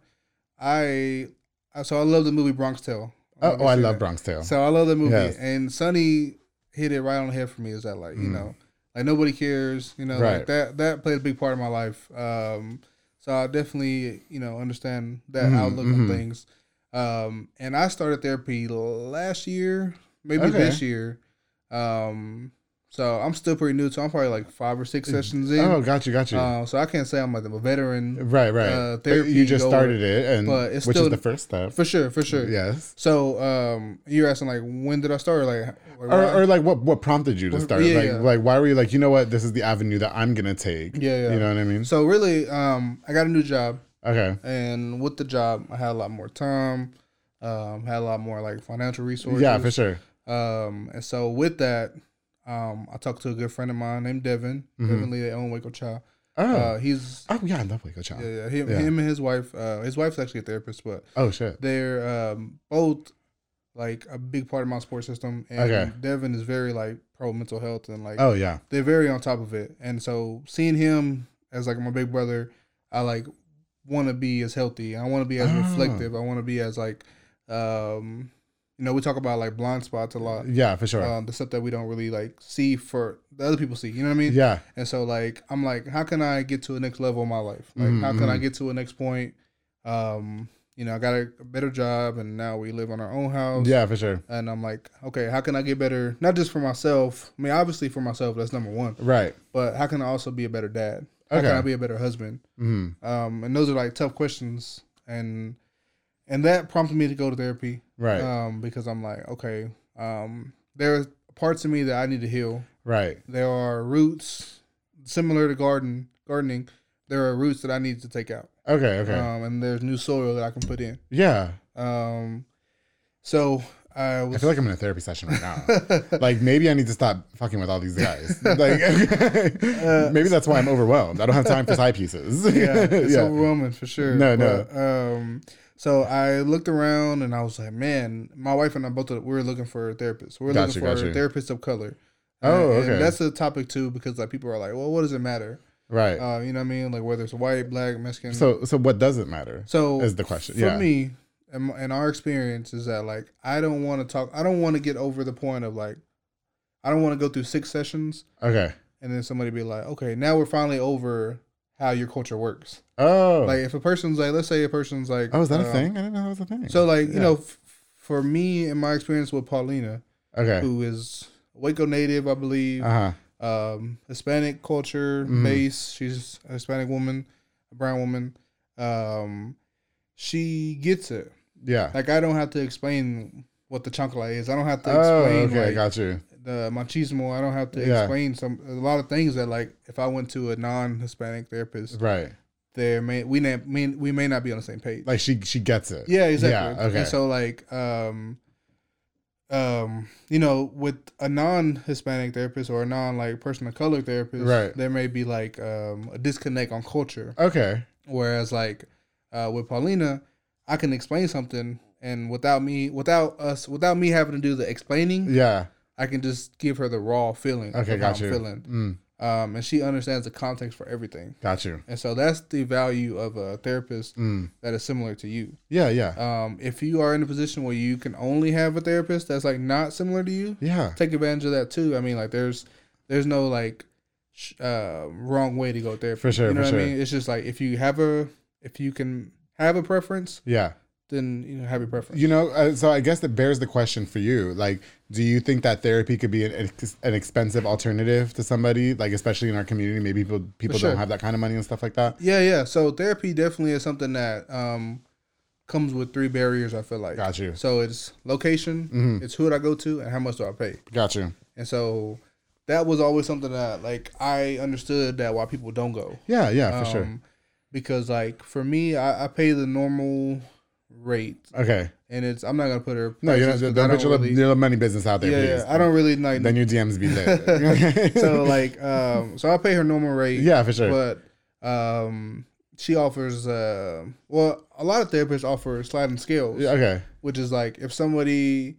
C: i I- so i love the movie bronx tale
A: Oh, oh, I
C: Obviously,
A: love
C: that-
A: Bronx Tale.
C: So I love that movie,
A: Yes. Mm.
C: and Sonny hit it right on the head for me. Is that like you know, like nobody cares, you know,
A: Right.
C: like that that played a big part of my life. Um, so I definitely you know understand that
A: Mm-hmm,
C: outlook on things. Um, and I started therapy last year, maybe
A: Okay.
C: this year. Um, so I'm still pretty new, so I'm probably like five or six sessions in.
A: oh, got you, got you.
C: Uh, so I can't say I'm like a veteran
A: right, right.
C: uh,
A: But you
C: therapy
A: just
C: goer,
A: started it, and
C: but it's
A: which
C: still-
A: is the first step.
C: for sure, for sure.
A: Yes.
C: So um, you're asking like when did I start? Like or,
A: Or, or like what what prompted you to start?
C: yeah,
A: like
C: yeah.
A: like why were you like you know what this is the avenue that I'm gonna take?
C: Yeah, yeah.
A: You know what I mean?
C: So really, um, I got a new job,
A: Okay.
C: and with the job, I had a lot more time, um, had a lot more like financial resources.
A: Yeah, for sure.
C: Um, and so with that, um, I talked to a good friend of mine named Devin. Devin Lee, they own Waco Chow.
A: Mm-hmm. Oh,
C: Uh, he's
A: oh yeah, I love Waco Chow.
C: yeah, yeah, him,
A: Yeah.
C: him and his wife. Uh, his wife's actually a therapist, but
A: Oh shit.
C: they're um, both like a big part of my support system. And
A: Okay.
C: Devin is very like pro mental health and like
A: Oh yeah.
C: they're very on top of it. And so seeing him as like my big brother, I like want to be as healthy. I want to be as
A: Ah.
C: reflective. I want to be as like, um, you know, we talk about like blind spots a lot.
A: Yeah, for sure.
C: Um, the stuff that we don't really like see for the other people see, you know what I mean?
A: yeah.
C: And so like
A: Mm-hmm.
C: I'm like, how can I get to a next level in my life? Like how can I get to a next point? Um, you know, I got a better job and now we live on our own house.
A: Yeah, for sure.
C: And I'm like, okay, how can I get better? Not just for myself. I mean, obviously for myself, that's number one.
A: Right.
C: But how can I also be a better dad? How
A: Okay.
C: can I be a better husband?
A: Mhm.
C: Um, and those are like tough questions, and and that prompted me to go to therapy,
A: Right.
C: um, because I'm like, okay, um, there are parts of me that I need to heal.
A: right.
C: There are roots similar to garden gardening. There are roots that I need to take out,
A: Okay. Okay.
C: um, and there's new soil that I can put in.
A: yeah.
C: Um, so I
A: I
C: was
A: feel like I'm in a
C: *laughs*
A: therapy session right now. like maybe I need to stop fucking with all these
C: *laughs*
A: guys. Like maybe that's why I'm overwhelmed. I don't have time for side pieces.
C: Uh, *laughs* yeah, it's
A: *laughs* yeah.
C: overwhelming for sure.
A: No, no.
C: But, um, so I looked around and I was like, man, my wife and I both we were looking for therapists. We We're
A: Gotcha,
C: looking for
A: gotcha.
C: therapists of color.
A: Oh,
C: And- and
A: okay.
C: that's a topic too because like people are like, well, what does it matter?
A: Right.
C: Uh, you know what I mean? Like whether it's white, black, Mexican.
A: so so what doesn't matter?
C: so
A: is the question.
C: for
A: Yeah.
C: me and, my- and our experience is that like I don't want to talk. I don't want to get over the point of like I don't want to go through six sessions
A: okay.
C: and then somebody be like, okay, now we're finally over how your culture works.
A: Oh.
C: Like if a person's like, let's say a person's like,
A: oh, is that a
C: uh,
A: thing? I didn't know that was a thing.
C: So like
A: Yeah.
C: you know, f- for me and my experience with Paulina,
A: Okay.
C: who is Waco native, I believe,
A: Uh-huh.
C: um, Hispanic culture
A: Mhm.
C: base. She's a Hispanic woman, a brown woman. Um, she gets it.
A: Yeah.
C: Like I don't have to explain what the chancla is. I don't have to
A: Oh,
C: explain
A: okay,
C: like,
A: got you.
C: the machismo. I don't have to
A: Yeah.
C: explain some a lot of things that like if I went to a non-Hispanic therapist,
A: Right.
C: there may we may, may we may not be on the same page.
A: Like she she gets it.
C: Yeah, exactly.
A: Yeah, okay.
C: And so like um um you know with a non-Hispanic therapist or a non like person of color therapist,
A: Right.
C: there may be like um a disconnect on culture.
A: Okay.
C: Whereas like uh with Paulina, I can explain something and without me without us without me having to do the explaining,
A: Yeah.
C: I can just give her the raw feeling
A: Okay,
C: of
A: got
C: how
A: you.
C: I'm feeling.
A: Mm,
C: Um and she understands the context for everything.
A: got you.
C: And so that's the value of a therapist
A: Mm.
C: that is similar to you.
A: Yeah, yeah.
C: Um, if you are in a position where you can only have a therapist that's like not similar to you,
A: Yeah.
C: take advantage of that too. I mean, like there's there's no like sh- uh, wrong way to go therapy.
A: For sure,
C: you know
A: for
C: what
A: sure.
C: I mean. It's just like if you have a if you can have a preference,
A: Yeah.
C: then you know have your preference.
A: You know, uh, so I guess that bears the question for you. Like, do you think that therapy could be an, ex- an expensive alternative to somebody? Like, especially in our community, maybe people people
C: sure.
A: don't have that kind of money and stuff like that.
C: yeah, yeah. So therapy definitely is something that um comes with three barriers. I feel like
A: Got you. Mm-hmm.
C: So it's location, it's who would I go to, and how much do I pay.
A: Got you.
C: And so that was always something that like I understood that why people don't go.
A: Yeah, yeah, for sure.
C: Um, Because like for me, I, I pay the normal rate,
A: Okay.
C: and it's I'm not gonna put her.
A: No, you
C: prices,
A: don't,
C: 'cause I
A: don't put your,
C: don't
A: little
C: really-
A: your little money business out there,
C: yeah,
A: please.
C: yeah, I don't really like.
A: Then your DMs be lit.
C: *laughs* so like, um, so I pay her normal
A: *laughs*
C: rate.
A: yeah, for sure.
C: But um, she offers uh, well, a lot of therapists offer sliding scales,
A: Yeah, okay.
C: which is like if somebody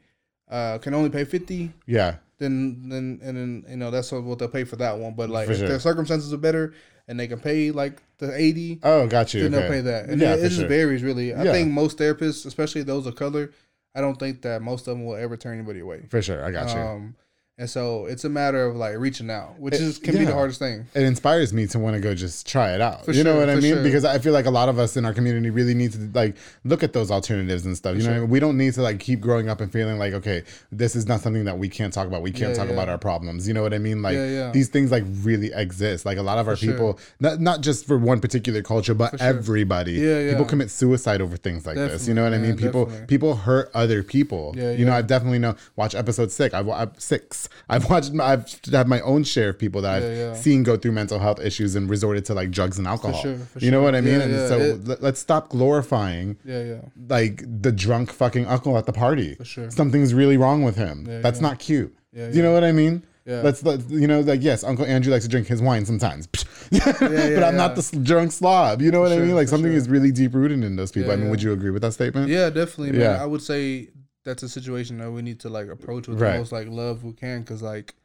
C: uh can only pay fifty.
A: Yeah.
C: Then, then, and then you know that's what they'll pay for that one. But like,
A: For
C: if
A: sure.
C: their circumstances are better and they can pay like the eighty,
A: Oh, got you.
C: Then
A: Okay.
C: they'll pay that. And
A: yeah,
C: it, it
A: for
C: just
A: sure.
C: varies really. I
A: Yeah.
C: think most therapists, especially those of color, I don't think that most of them will ever turn anybody away.
A: for sure. I got you.
C: Um, and so it's a matter of like reaching out, which is can be
A: yeah.
C: the hardest thing.
A: it inspires me to want to go just try it out. you know
C: sure,
A: what I
C: Mm-hmm. for
A: mean?
C: sure.
A: Because I feel like a lot of us in our community really need to like look at those alternatives and stuff. you know, what I mean? we don't need to like keep growing up and feeling like, okay, this is not something that we can't talk about. We can't
C: Yeah,
A: talk
C: yeah.
A: about our problems. You know what I mean? Like
C: Yeah, yeah.
A: these things like really exist. Like a lot of our
C: sure.
A: people, not not just for one particular culture, but everybody.
C: Yeah, yeah.
A: People commit suicide over things like this. You
C: Definitely,
A: know what I mean?
C: man,
A: People
C: definitely.
A: people hurt other people.
C: Yeah,
A: you know,
C: yeah.
A: I definitely know. Watch episode six. I've, I've six. I've watched. I've had my own share of people that I've
C: Yeah, yeah.
A: seen go through mental health issues and resorted to like drugs and alcohol.
C: sure, for
A: you know
C: sure.
A: what I mean?
C: Yeah,
A: and
C: yeah,
A: so
C: it-
A: let- let's stop glorifying
C: Yeah, yeah.
A: like the drunk fucking uncle at the party.
C: sure.
A: Something's really wrong with him.
C: Yeah,
A: That's
C: yeah.
A: not cute.
C: Yeah,
A: you know what I mean?
C: Yeah.
A: Let's let you know, like yes, Uncle Andrew likes to drink his wine sometimes, *laughs* but
C: yeah,
A: I'm not
C: yeah.
A: the s- drunk slob. You know what I
C: sure,
A: mean? Like
C: for
A: something
C: sure.
A: is really deep rooted in those people.
C: Yeah,
A: I mean,
C: yeah.
A: would you agree with that statement?
C: Yeah, definitely, man.
A: Yeah.
C: I would say that's a situation that we need to like approach with
A: Right.
C: the most like love we can, because like,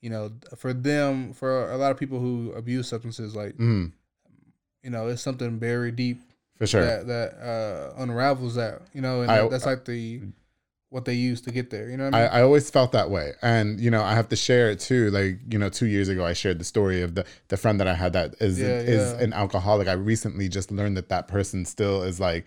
C: you know, for them, for a lot of people who abuse substances, like,
A: Mm,
C: you know, it's something very deep
A: for sure.
C: that that uh, unravels that, you know, and
A: I-
C: that's like the what they use to get there. You know what I mean?
A: I, I always felt that way. And, you know, I have to share it too. Like, you know, two years ago, I shared the story of the, the friend that I had that is,
C: Yeah,
A: is
C: yeah.
A: an alcoholic. I recently just learned that that person still is like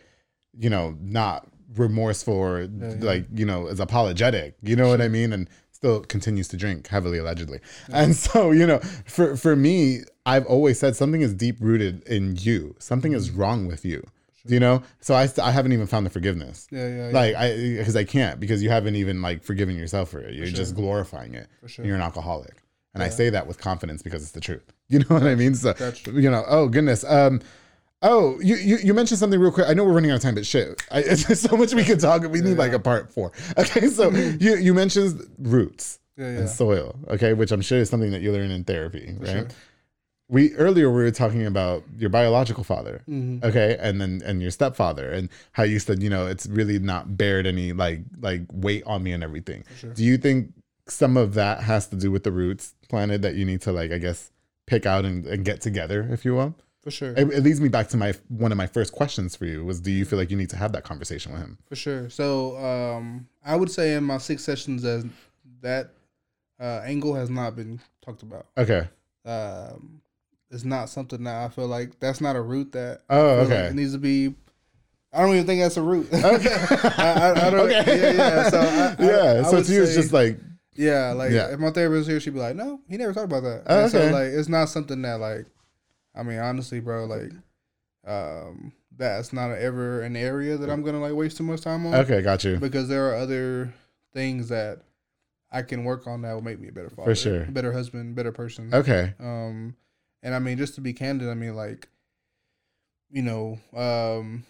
A: you know, not remorseful or like, you know, is apologetic. You know what I mean? And still continues to drink heavily allegedly. And *laughs* so, you know, for for me, I've always said something is deep rooted in you. Something is
C: Mm-hmm.
A: wrong with you. You know? So I st- I haven't even found the forgiveness.
C: Yeah, yeah, yeah.
A: Like I because I can't because you haven't even like forgiven yourself for it. You're just glorifying it.
C: sure.
A: You're an alcoholic. And I say that with confidence because it's the truth. *laughs* You know what I mean? So
C: That's true.
A: you know, oh goodness. Um Oh, you, you you mentioned something real quick. I know we're running out of time, but shit, I, *laughs* there's so much we could talk. We need like a part four. Okay,
C: *laughs*
A: so you you mentioned roots
C: Yeah, yeah.
A: and soil. Okay, which I'm sure is something that you learn in therapy, right? We earlier we were talking about your biological father,
C: Mm-hmm.
A: okay, and then and your stepfather, and how you said you know it's really not bared any like like weight on me and everything. Do you think some of that has to do with the roots planted that you need to like I guess pick out and, and get together, if you will?
C: For sure.
A: it, it leads me back to my one of my first questions for you was do you feel like you need to have that conversation with him
C: For sure. So um, I would say in my six sessions as that uh, angle has not been talked about.
A: okay
C: Um, it's not something that I feel like that's not a route that
A: Oh,
C: I feel like
A: okay.
C: it needs to be. I don't even think that's a route. *laughs* *laughs* I, I, I don't. Yeah,
A: *laughs* Okay.
C: yeah. So I, I,
A: *laughs* yeah
C: I
A: so
C: would
A: to you it's
C: say-
A: just like
C: yeah, like
A: Yeah.
C: if my therapist was here, she'd be like, "No, he never talked about that."
A: Oh,
C: And
A: okay.
C: So like, it's not something that like, I mean, honestly, bro, like, um, that's not ever an area that I'm gonna like waste too much time on
A: okay got you
C: because there are other things that I can work on that will make me a better father,
A: sure.
C: a better husband, better person.
A: okay
C: Um, and I mean, just to be candid, I mean, like, you know, um,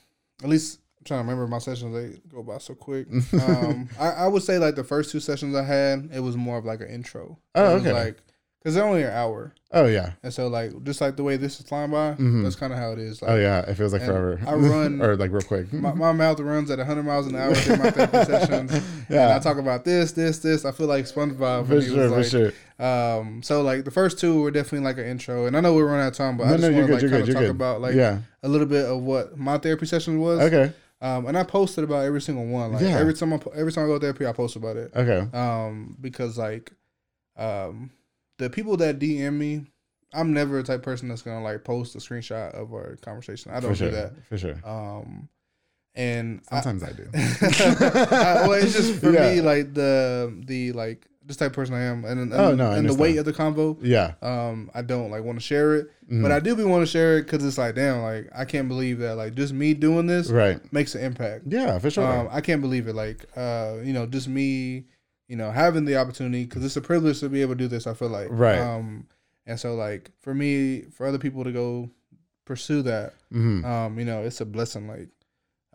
C: at least I'm trying to remember my sessions. They go by so
A: *laughs*
C: quick. Um, I, I would say like the first two sessions I had, it was more of like an intro.
A: Oh,
C: It was
A: okay.
C: Like, cause they're only an hour,
A: oh yeah
C: and so like just like the way this is flying by, that's kind of how it is. Like,
A: oh yeah it feels like
C: And
A: forever
C: I
A: *laughs*
C: run-
A: or like real quick
C: my, my mouth runs at 100 miles an
A: *laughs*
C: hour during my therapy sessions. And
A: Yeah.
C: I talk about this, this, this. I feel like SpongeBob.
A: for
C: when he
A: sure
C: was
A: for
C: like,
A: sure
C: Um, so like the first two were definitely like an intro, and I know we're running out of time, but
A: No,
C: I just
A: no,
C: want
A: you're
C: to
A: good,
C: like
A: you're
C: kind
A: good,
C: of
A: you're
C: talk
A: good.
C: about like
A: Yeah.
C: a little bit of what my therapy session was.
A: okay
C: Um, and I posted about every single one. Like
A: Yeah.
C: every time I po- every time I go to therapy, I post about it.
A: okay
C: Um, because like, um, the people that DM me, I'm never the type of person that's gonna like post a screenshot of our conversation. I don't
A: for sure
C: do that.
A: for sure
C: Um, and I-
A: sometimes
C: *laughs*
A: i, do
C: I- well, it's just
A: *laughs*
C: for
A: Yeah.
C: me, like the the like this type of person I am, and, and,
A: Oh, no, I
C: and the weight
A: understand.
C: of the convo.
A: yeah
C: Um, I don't like want to share it,
A: Mm-hmm.
C: but I do be want to share it because it's like, damn, like I can't believe that like just me doing this
A: right
C: makes an impact.
A: yeah for sure
C: Um, I can't believe it. Like, uh, you know, just me, you know, having the opportunity because it's a privilege to be able to do this. I feel like,
A: Right.
C: Um, and so like for me, for other people to go pursue that,
A: Mhm.
C: um, you know, it's a blessing. Like,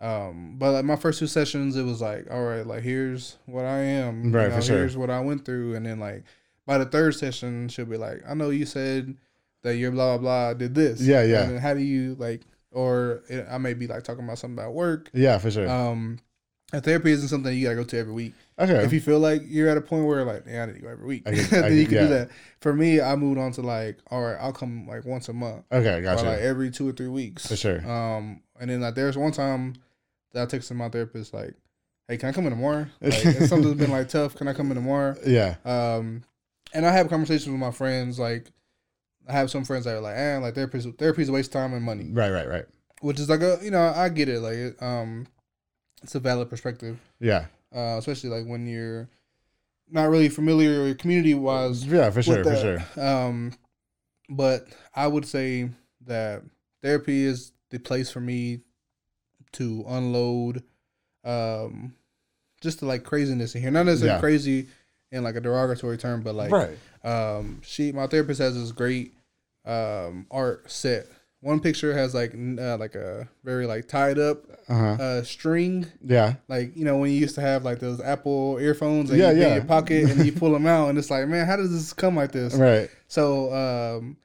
C: um, but like my first two sessions, it was like, all right, like here's what I am, you
A: Right, for
C: know,
A: sure.
C: Here's what I went through, and then like by the third session, she'll be like, I know you said that your blah blah blah did this,
A: Yeah, yeah.
C: And then how do you like? Or it, I may be like talking about something about work,
A: yeah for sure
C: um, and therapy isn't something you gotta go to every week.
A: okay
C: If you feel like you're at a point where like, yeah, I need to go every week,
A: I
C: *laughs*
A: get- I
C: then you
A: get-
C: can
A: yeah.
C: do that. For me, I moved on to like, all right, I'll come like once a month,
A: okay
C: or like
A: gotcha
C: every two or three weeks
A: For sure.
C: Um, and then like there's one time that I texted my therapist like, hey, can I come in
A: *laughs*
C: tomorrow? Like, if something's been like tough, can I come in tomorrow?
A: yeah
C: Um, and I have conversations with my friends like. I have some friends that are like, eh, like therapy's therapy's a waste of time and money
A: right right right
C: which is like a you know I get it like it, um it's a valid perspective
A: yeah
C: uh especially like when you're not really familiar community wise
A: yeah for sure for
C: that.
A: sure
C: um but I would say that therapy is the place for me to unload um just the like craziness in here not necessarily
A: Yeah.
C: crazy in like a derogatory term but like
A: right
C: um, she, my therapist, has this great um, art set. One picture has like n- uh, like a very like tied up
A: uh-huh
C: uh, string,
A: yeah
C: like you know when you used to have like those Apple earphones and
A: Yeah,
C: you put
A: yeah.
C: in your
A: *laughs*
C: pocket and you pull them out and it's like, man, how does this come like this?
A: right
C: So um,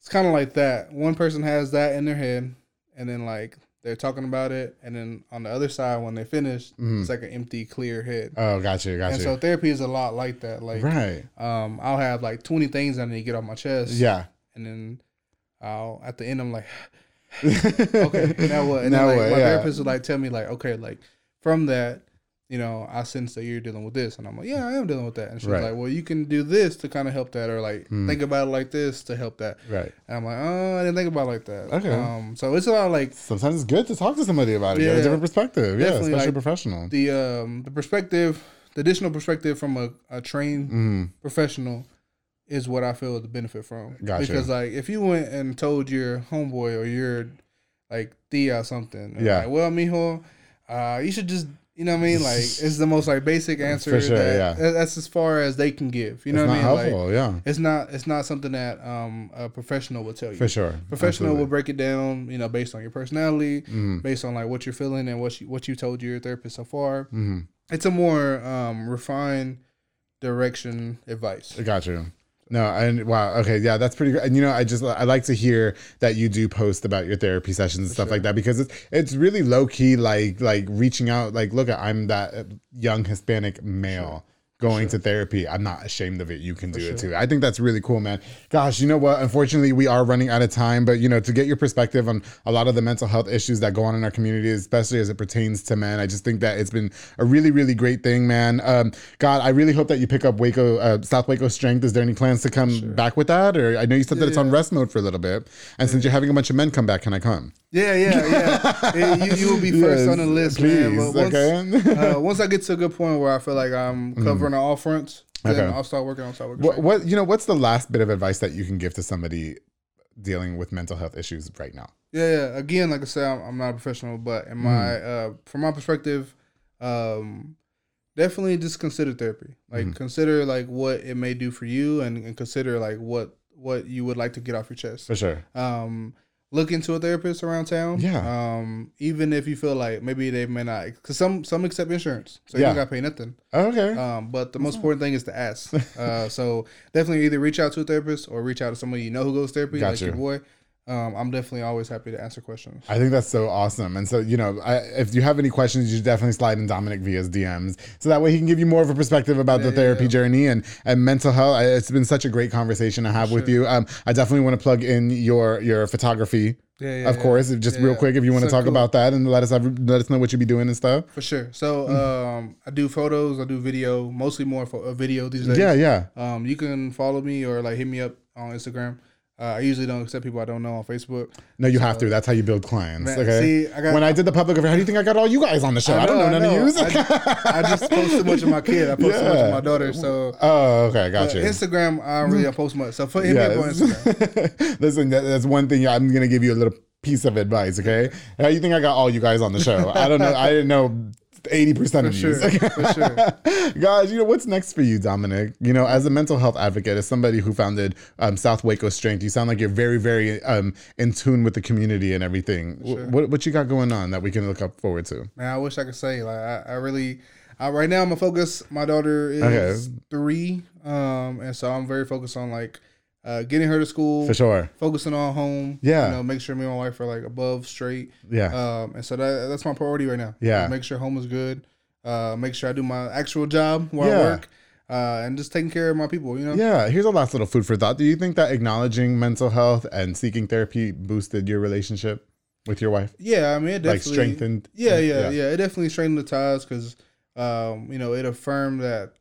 C: it's kind of like that. One person has that in their head, and then like they're talking about it, and then on the other side when they finish,
A: Mm-hmm.
C: it's like an empty, clear head.
A: oh gotcha
C: and so
A: gotcha
C: therapy is a lot like that. Like
A: right
C: um, I'll have like 20 things I need to get off my chest.
A: yeah
C: And then I'll, at the end, I'm like, *laughs* okay, now what? And
A: Now
C: then, like,
A: what,
C: My
A: yeah.
C: therapist would like tell me, like, okay, like from that, you know, I sense that you're dealing with this, and I'm like, yeah, I am dealing with that. And she's
A: Right. Mm-hmm.
C: like, well, you can do this to kind of help that, or like think about it like this to help that.
A: Right.
C: And I'm like, oh, I didn't think about it like that.
A: Okay.
C: Um, so it's a lot of like
A: Sometimes it's good to talk to somebody about it. Get a
C: Yeah.
A: different perspective. Yeah,
C: Definitely,
A: especially a
C: like,
A: professional.
C: the um the perspective, the additional perspective from a, a trained
A: Mm. Mm-hmm.
C: professional is what I feel the benefit from.
A: Gotcha.
C: Because like if you went and told your homeboy or your like Thea something,
A: Yeah.
C: like, well, mijo, uh, you should just you know what I mean?
A: *laughs*
C: Like it's the most like basic answer
A: For sure,
C: that,
A: yeah.
C: that's as far as they can give. You know
A: it's
C: what
A: not
C: I mean?
A: helpful.
C: Like,
A: yeah,
C: it's not it's not something that um a professional would tell you
A: for sure.
C: professional
A: Absolutely. Mm-hmm.
C: will break it down you know based on your personality based on like what you're feeling and what you what you told your therapist so far
A: Mm-hmm.
C: it's a more um refined direction advice
A: I got you. No, and wow, okay, yeah, that's pretty good. And you know, I just I like to hear that you do post about your therapy sessions and stuff like that because it's it's really low key, like like reaching out, like look, I'm that young Hispanic male. Going to therapy, I'm not ashamed of it. You can do it too. I think that's really cool, man. Gosh, you know what? Unfortunately, we are running out of time, but you know, to get your perspective on a lot of the mental health issues that go on in our community, especially as it pertains to men, I just think that it's been a really, really great thing, man. Um, God, I really hope that you pick up Waco, uh, South Waco Strength. Is there any plans to come back with that? Or I know you said that it's on rest mode for a little bit, and since you're having a bunch of men come back, can I come?
C: yeah
A: *laughs*
C: yeah yeah Yeah, you, you will be first
A: Yes,
C: on the list man
A: please,
C: but once,
A: okay. *laughs* Mm-hmm.
C: uh, once i get to a good point where i feel like i'm covering all fronts then
A: Okay.
C: i'll start working on start working
A: What, what you know? What's the last bit of advice that you can give to somebody dealing with mental health issues right now?
C: Yeah, yeah. Again, like I said, I'm, I'm not a professional, but in my
A: Mm.
C: uh, from my perspective, um, definitely just consider therapy. Like
A: Mm.
C: consider like what it may do for you, and, and consider like what what you would like to get off your chest.
A: For sure.
C: Um, look into a therapist around town.
A: Yeah.
C: Um, even if you feel like maybe they may not, because some some accept insurance, so you
A: Yeah.
C: don't got to pay nothing.
A: Okay.
C: Um, but the most important thing is to
A: *laughs*
C: ask. Uh, so definitely either reach out to a therapist or reach out to somebody you know who goes to therapy, like
A: Gotcha.
C: your boy. Um, I'm definitely always happy to answer questions.
A: I think that's so awesome. And so, you know, I, if you have any questions, you should definitely slide in Dominic via's DMs. So that way he can give you more of a perspective about the therapy journey and, and mental health. I- It's been such a great conversation to have with you. Um, I definitely want to plug in your, your photography.
C: Yeah, yeah,
A: of
C: yeah.
A: course, just real
C: yeah.
A: quick, if you want to
C: So
A: talk
C: cool.
A: about that and let us have, let us know what you be doing and stuff.
C: For sure. So
A: Hmm.
C: um, I do photos, I do video, mostly more for a video these days.
A: Yeah, yeah,
C: Um, you can follow me or like hit me up on Instagram. Uh, I usually don't accept people I don't know on Facebook.
A: no, you have to. That's how you build clients.
C: Man,
A: okay.
C: see, I got-
A: when I did the public affair, how do you think I got all you guys on the show? I, don't know, none of you.
C: I, I just post so much of my kid. I post so much
A: Yeah.
C: of my daughter. So
A: *laughs* oh, okay, got you.
C: Instagram, I don't really post much. So hit me up on Instagram.
A: Yes. *laughs* Listen, that, that's one thing. I'm gonna give you a little piece of advice. Okay, how you think I got all you guys on the show? I don't know. I didn't know. 80% of
C: sure,
A: you.
C: for
A: sure. *laughs* Guys, you know, what's next for you, Dominic? You know, as a mental health advocate, as somebody who founded um, South Waco Strength, you sound like you're very, very um, in tune with the community and everything. Wh- What, what you got going on that we can look up forward to?
C: Man, I wish I could say like I, I really. I, right now, I'm a focus. My daughter is
A: Okay.
C: three, um, and so I'm very focused on like uh, getting her to school.
A: For sure.
C: Focusing on home.
A: Yeah.
C: You know, make sure me and my wife are like above straight.
A: Yeah.
C: Um, and so that that's my priority right now.
A: Yeah.
C: Make sure home is good. Uh, make sure I do my actual job where
A: Yeah.
C: I work. Uh, and just taking care of my people. You know.
A: Yeah, here's a last little food for thought. Do you think that acknowledging mental health and seeking therapy boosted your relationship with your wife?
C: Yeah, I mean, it definitely
A: Like strengthened-
C: Yeah, yeah,
A: yeah.
C: yeah, It definitely strengthened the ties because, um, you know, it affirmed that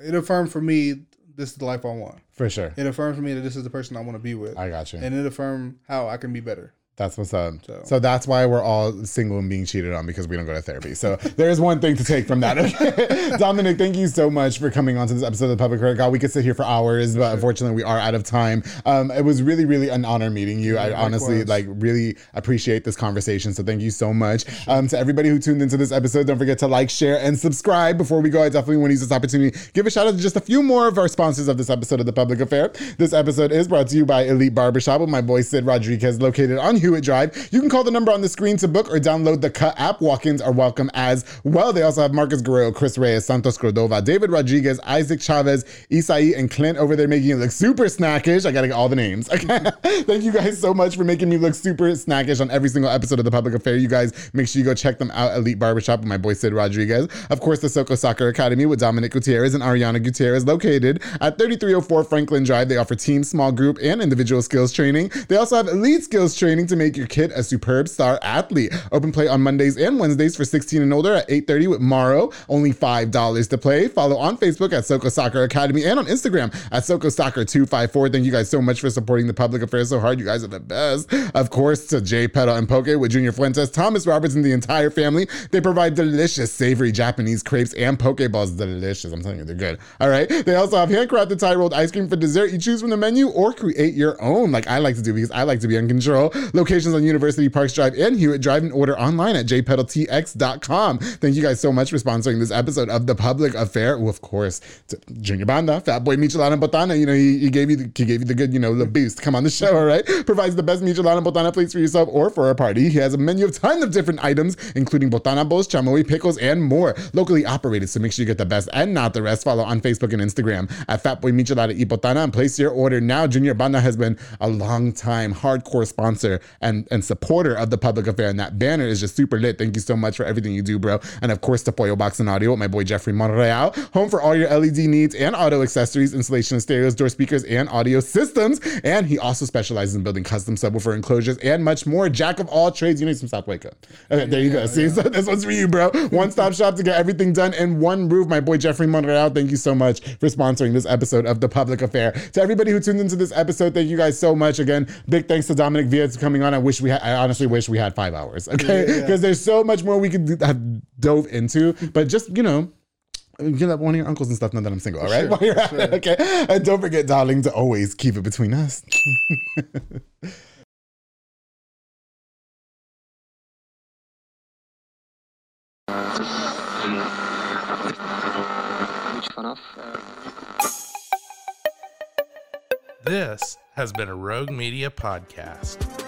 C: it affirmed for me this is the life I want.
A: For sure.
C: It affirmed for me that this is the person I want to be with,
A: I got you.
C: and it affirmed how I can be better.
A: that's what's up. So.
C: So-
A: that's why we're all single and being cheated on because we don't go to therapy. So *laughs* there is one thing to take from that.
C: *laughs*
A: *laughs* Okay? Dominic, thank you so much for coming on to this episode of the Public Record. God, we could sit here for hours, but unfortunately we are out of time. Um, it was really, really an honor meeting you. I honestly
C: likewise.
A: like really appreciate this conversation. So thank you so much. Um, to everybody who tuned into this episode, don't forget to like, share, and subscribe. Before we go, I definitely want to use this opportunity to give a shout out to just a few more of our sponsors of this episode of The Public Affair. This episode is brought to you by Elite Barbershop with my boy Sid Rodriguez, located on Hewitt Drive. You can call the number on the screen to book or download the Cut app. Walk ins are welcome as well. They also have Marcus Guerrero, Chris Reyes, Santos Cordova, David Rodriguez, Isaac Chavez, Isai, and Clint over there making it look super snackish. I got to get all the names. *laughs* Okay. Thank you guys so much for making me look super snackish on every single episode of The Public Affair. You guys, make sure you go check them out. Elite Barbershop with my boy Sid Rodriguez. Of course, the Soco Soccer Academy with Dominic Gutierrez and Ariana Gutierrez, located at 3304 Franklin Drive. They offer team, small group, and individual skills training. They also have elite skills training to make your kid a superb star athlete. Open play on Mondays and Wednesdays for 16 and older at 8:30 with Morrow. Only five dollars to play. Follow on Facebook at Soko Soccer Academy and on Instagram at Soko Soccer 254. Thank you guys so much for supporting the public affairs so hard. You guys are the best. Of course, to Jay Pedal and Poke with Junior Fuentes, Thomas Roberts, and the entire family. They provide delicious, savory Japanese crepes and pokeballs. Delicious. I'm telling you, they're good. All right. They also have handcrafted Thai rolled ice cream for dessert. You choose from the menu or create your own, like I like to do because I like to be in control. Locations on University Parks Drive and Hewitt Drive and order online at jpedaltx.com. Thank you guys so much for sponsoring this episode of The Public Affair. Well, of course, to Junior Banda, Fat Boy Michelana Botana. You know, he, he gave you the, he gave you the good, you know, the boost. Come on the show, all right? *laughs* Provides the best Michelana Botana plates for yourself or for a party. He has a menu of tons of different items, including Botana bowls, chamoy, pickles, and more. Locally operated, so make sure you get the best and not the rest. Follow on Facebook and Instagram at Fatboy Michelada y Botana and place your order now. Junior Banda has been a long time hardcore sponsor and, and supporter of the public affair, and that banner is just super lit. Thank you so much for everything you do, bro. And of course, to Pollo Box and Audio, my boy Jeffrey Monreal, home for all your LED E needs and auto accessories, installation of stereos, door speakers, and audio systems. And he also specializes in building custom subwoofer enclosures and much more. Jack of all trades. You need some South Waco. Okay, there you go. See, so this one's for you, bro. One stop shop to get everything done in one roof. My boy Jeffrey Monreal, thank you so much for sponsoring this episode of The Public Affair. To everybody who tuned into this episode, thank you guys so much. Again, big thanks to Dominic Villa for coming on. I wish we had, I honestly wish we had five hours, okay? Because there's so much more we could do- have dove into, but just, you know, Get up one of your uncles and stuff. Now that I'm single, all right. While you're at it, okay. And don't forget, darling, to always keep it between us.
D: Which one off?
E: This has been a Rogue Media podcast.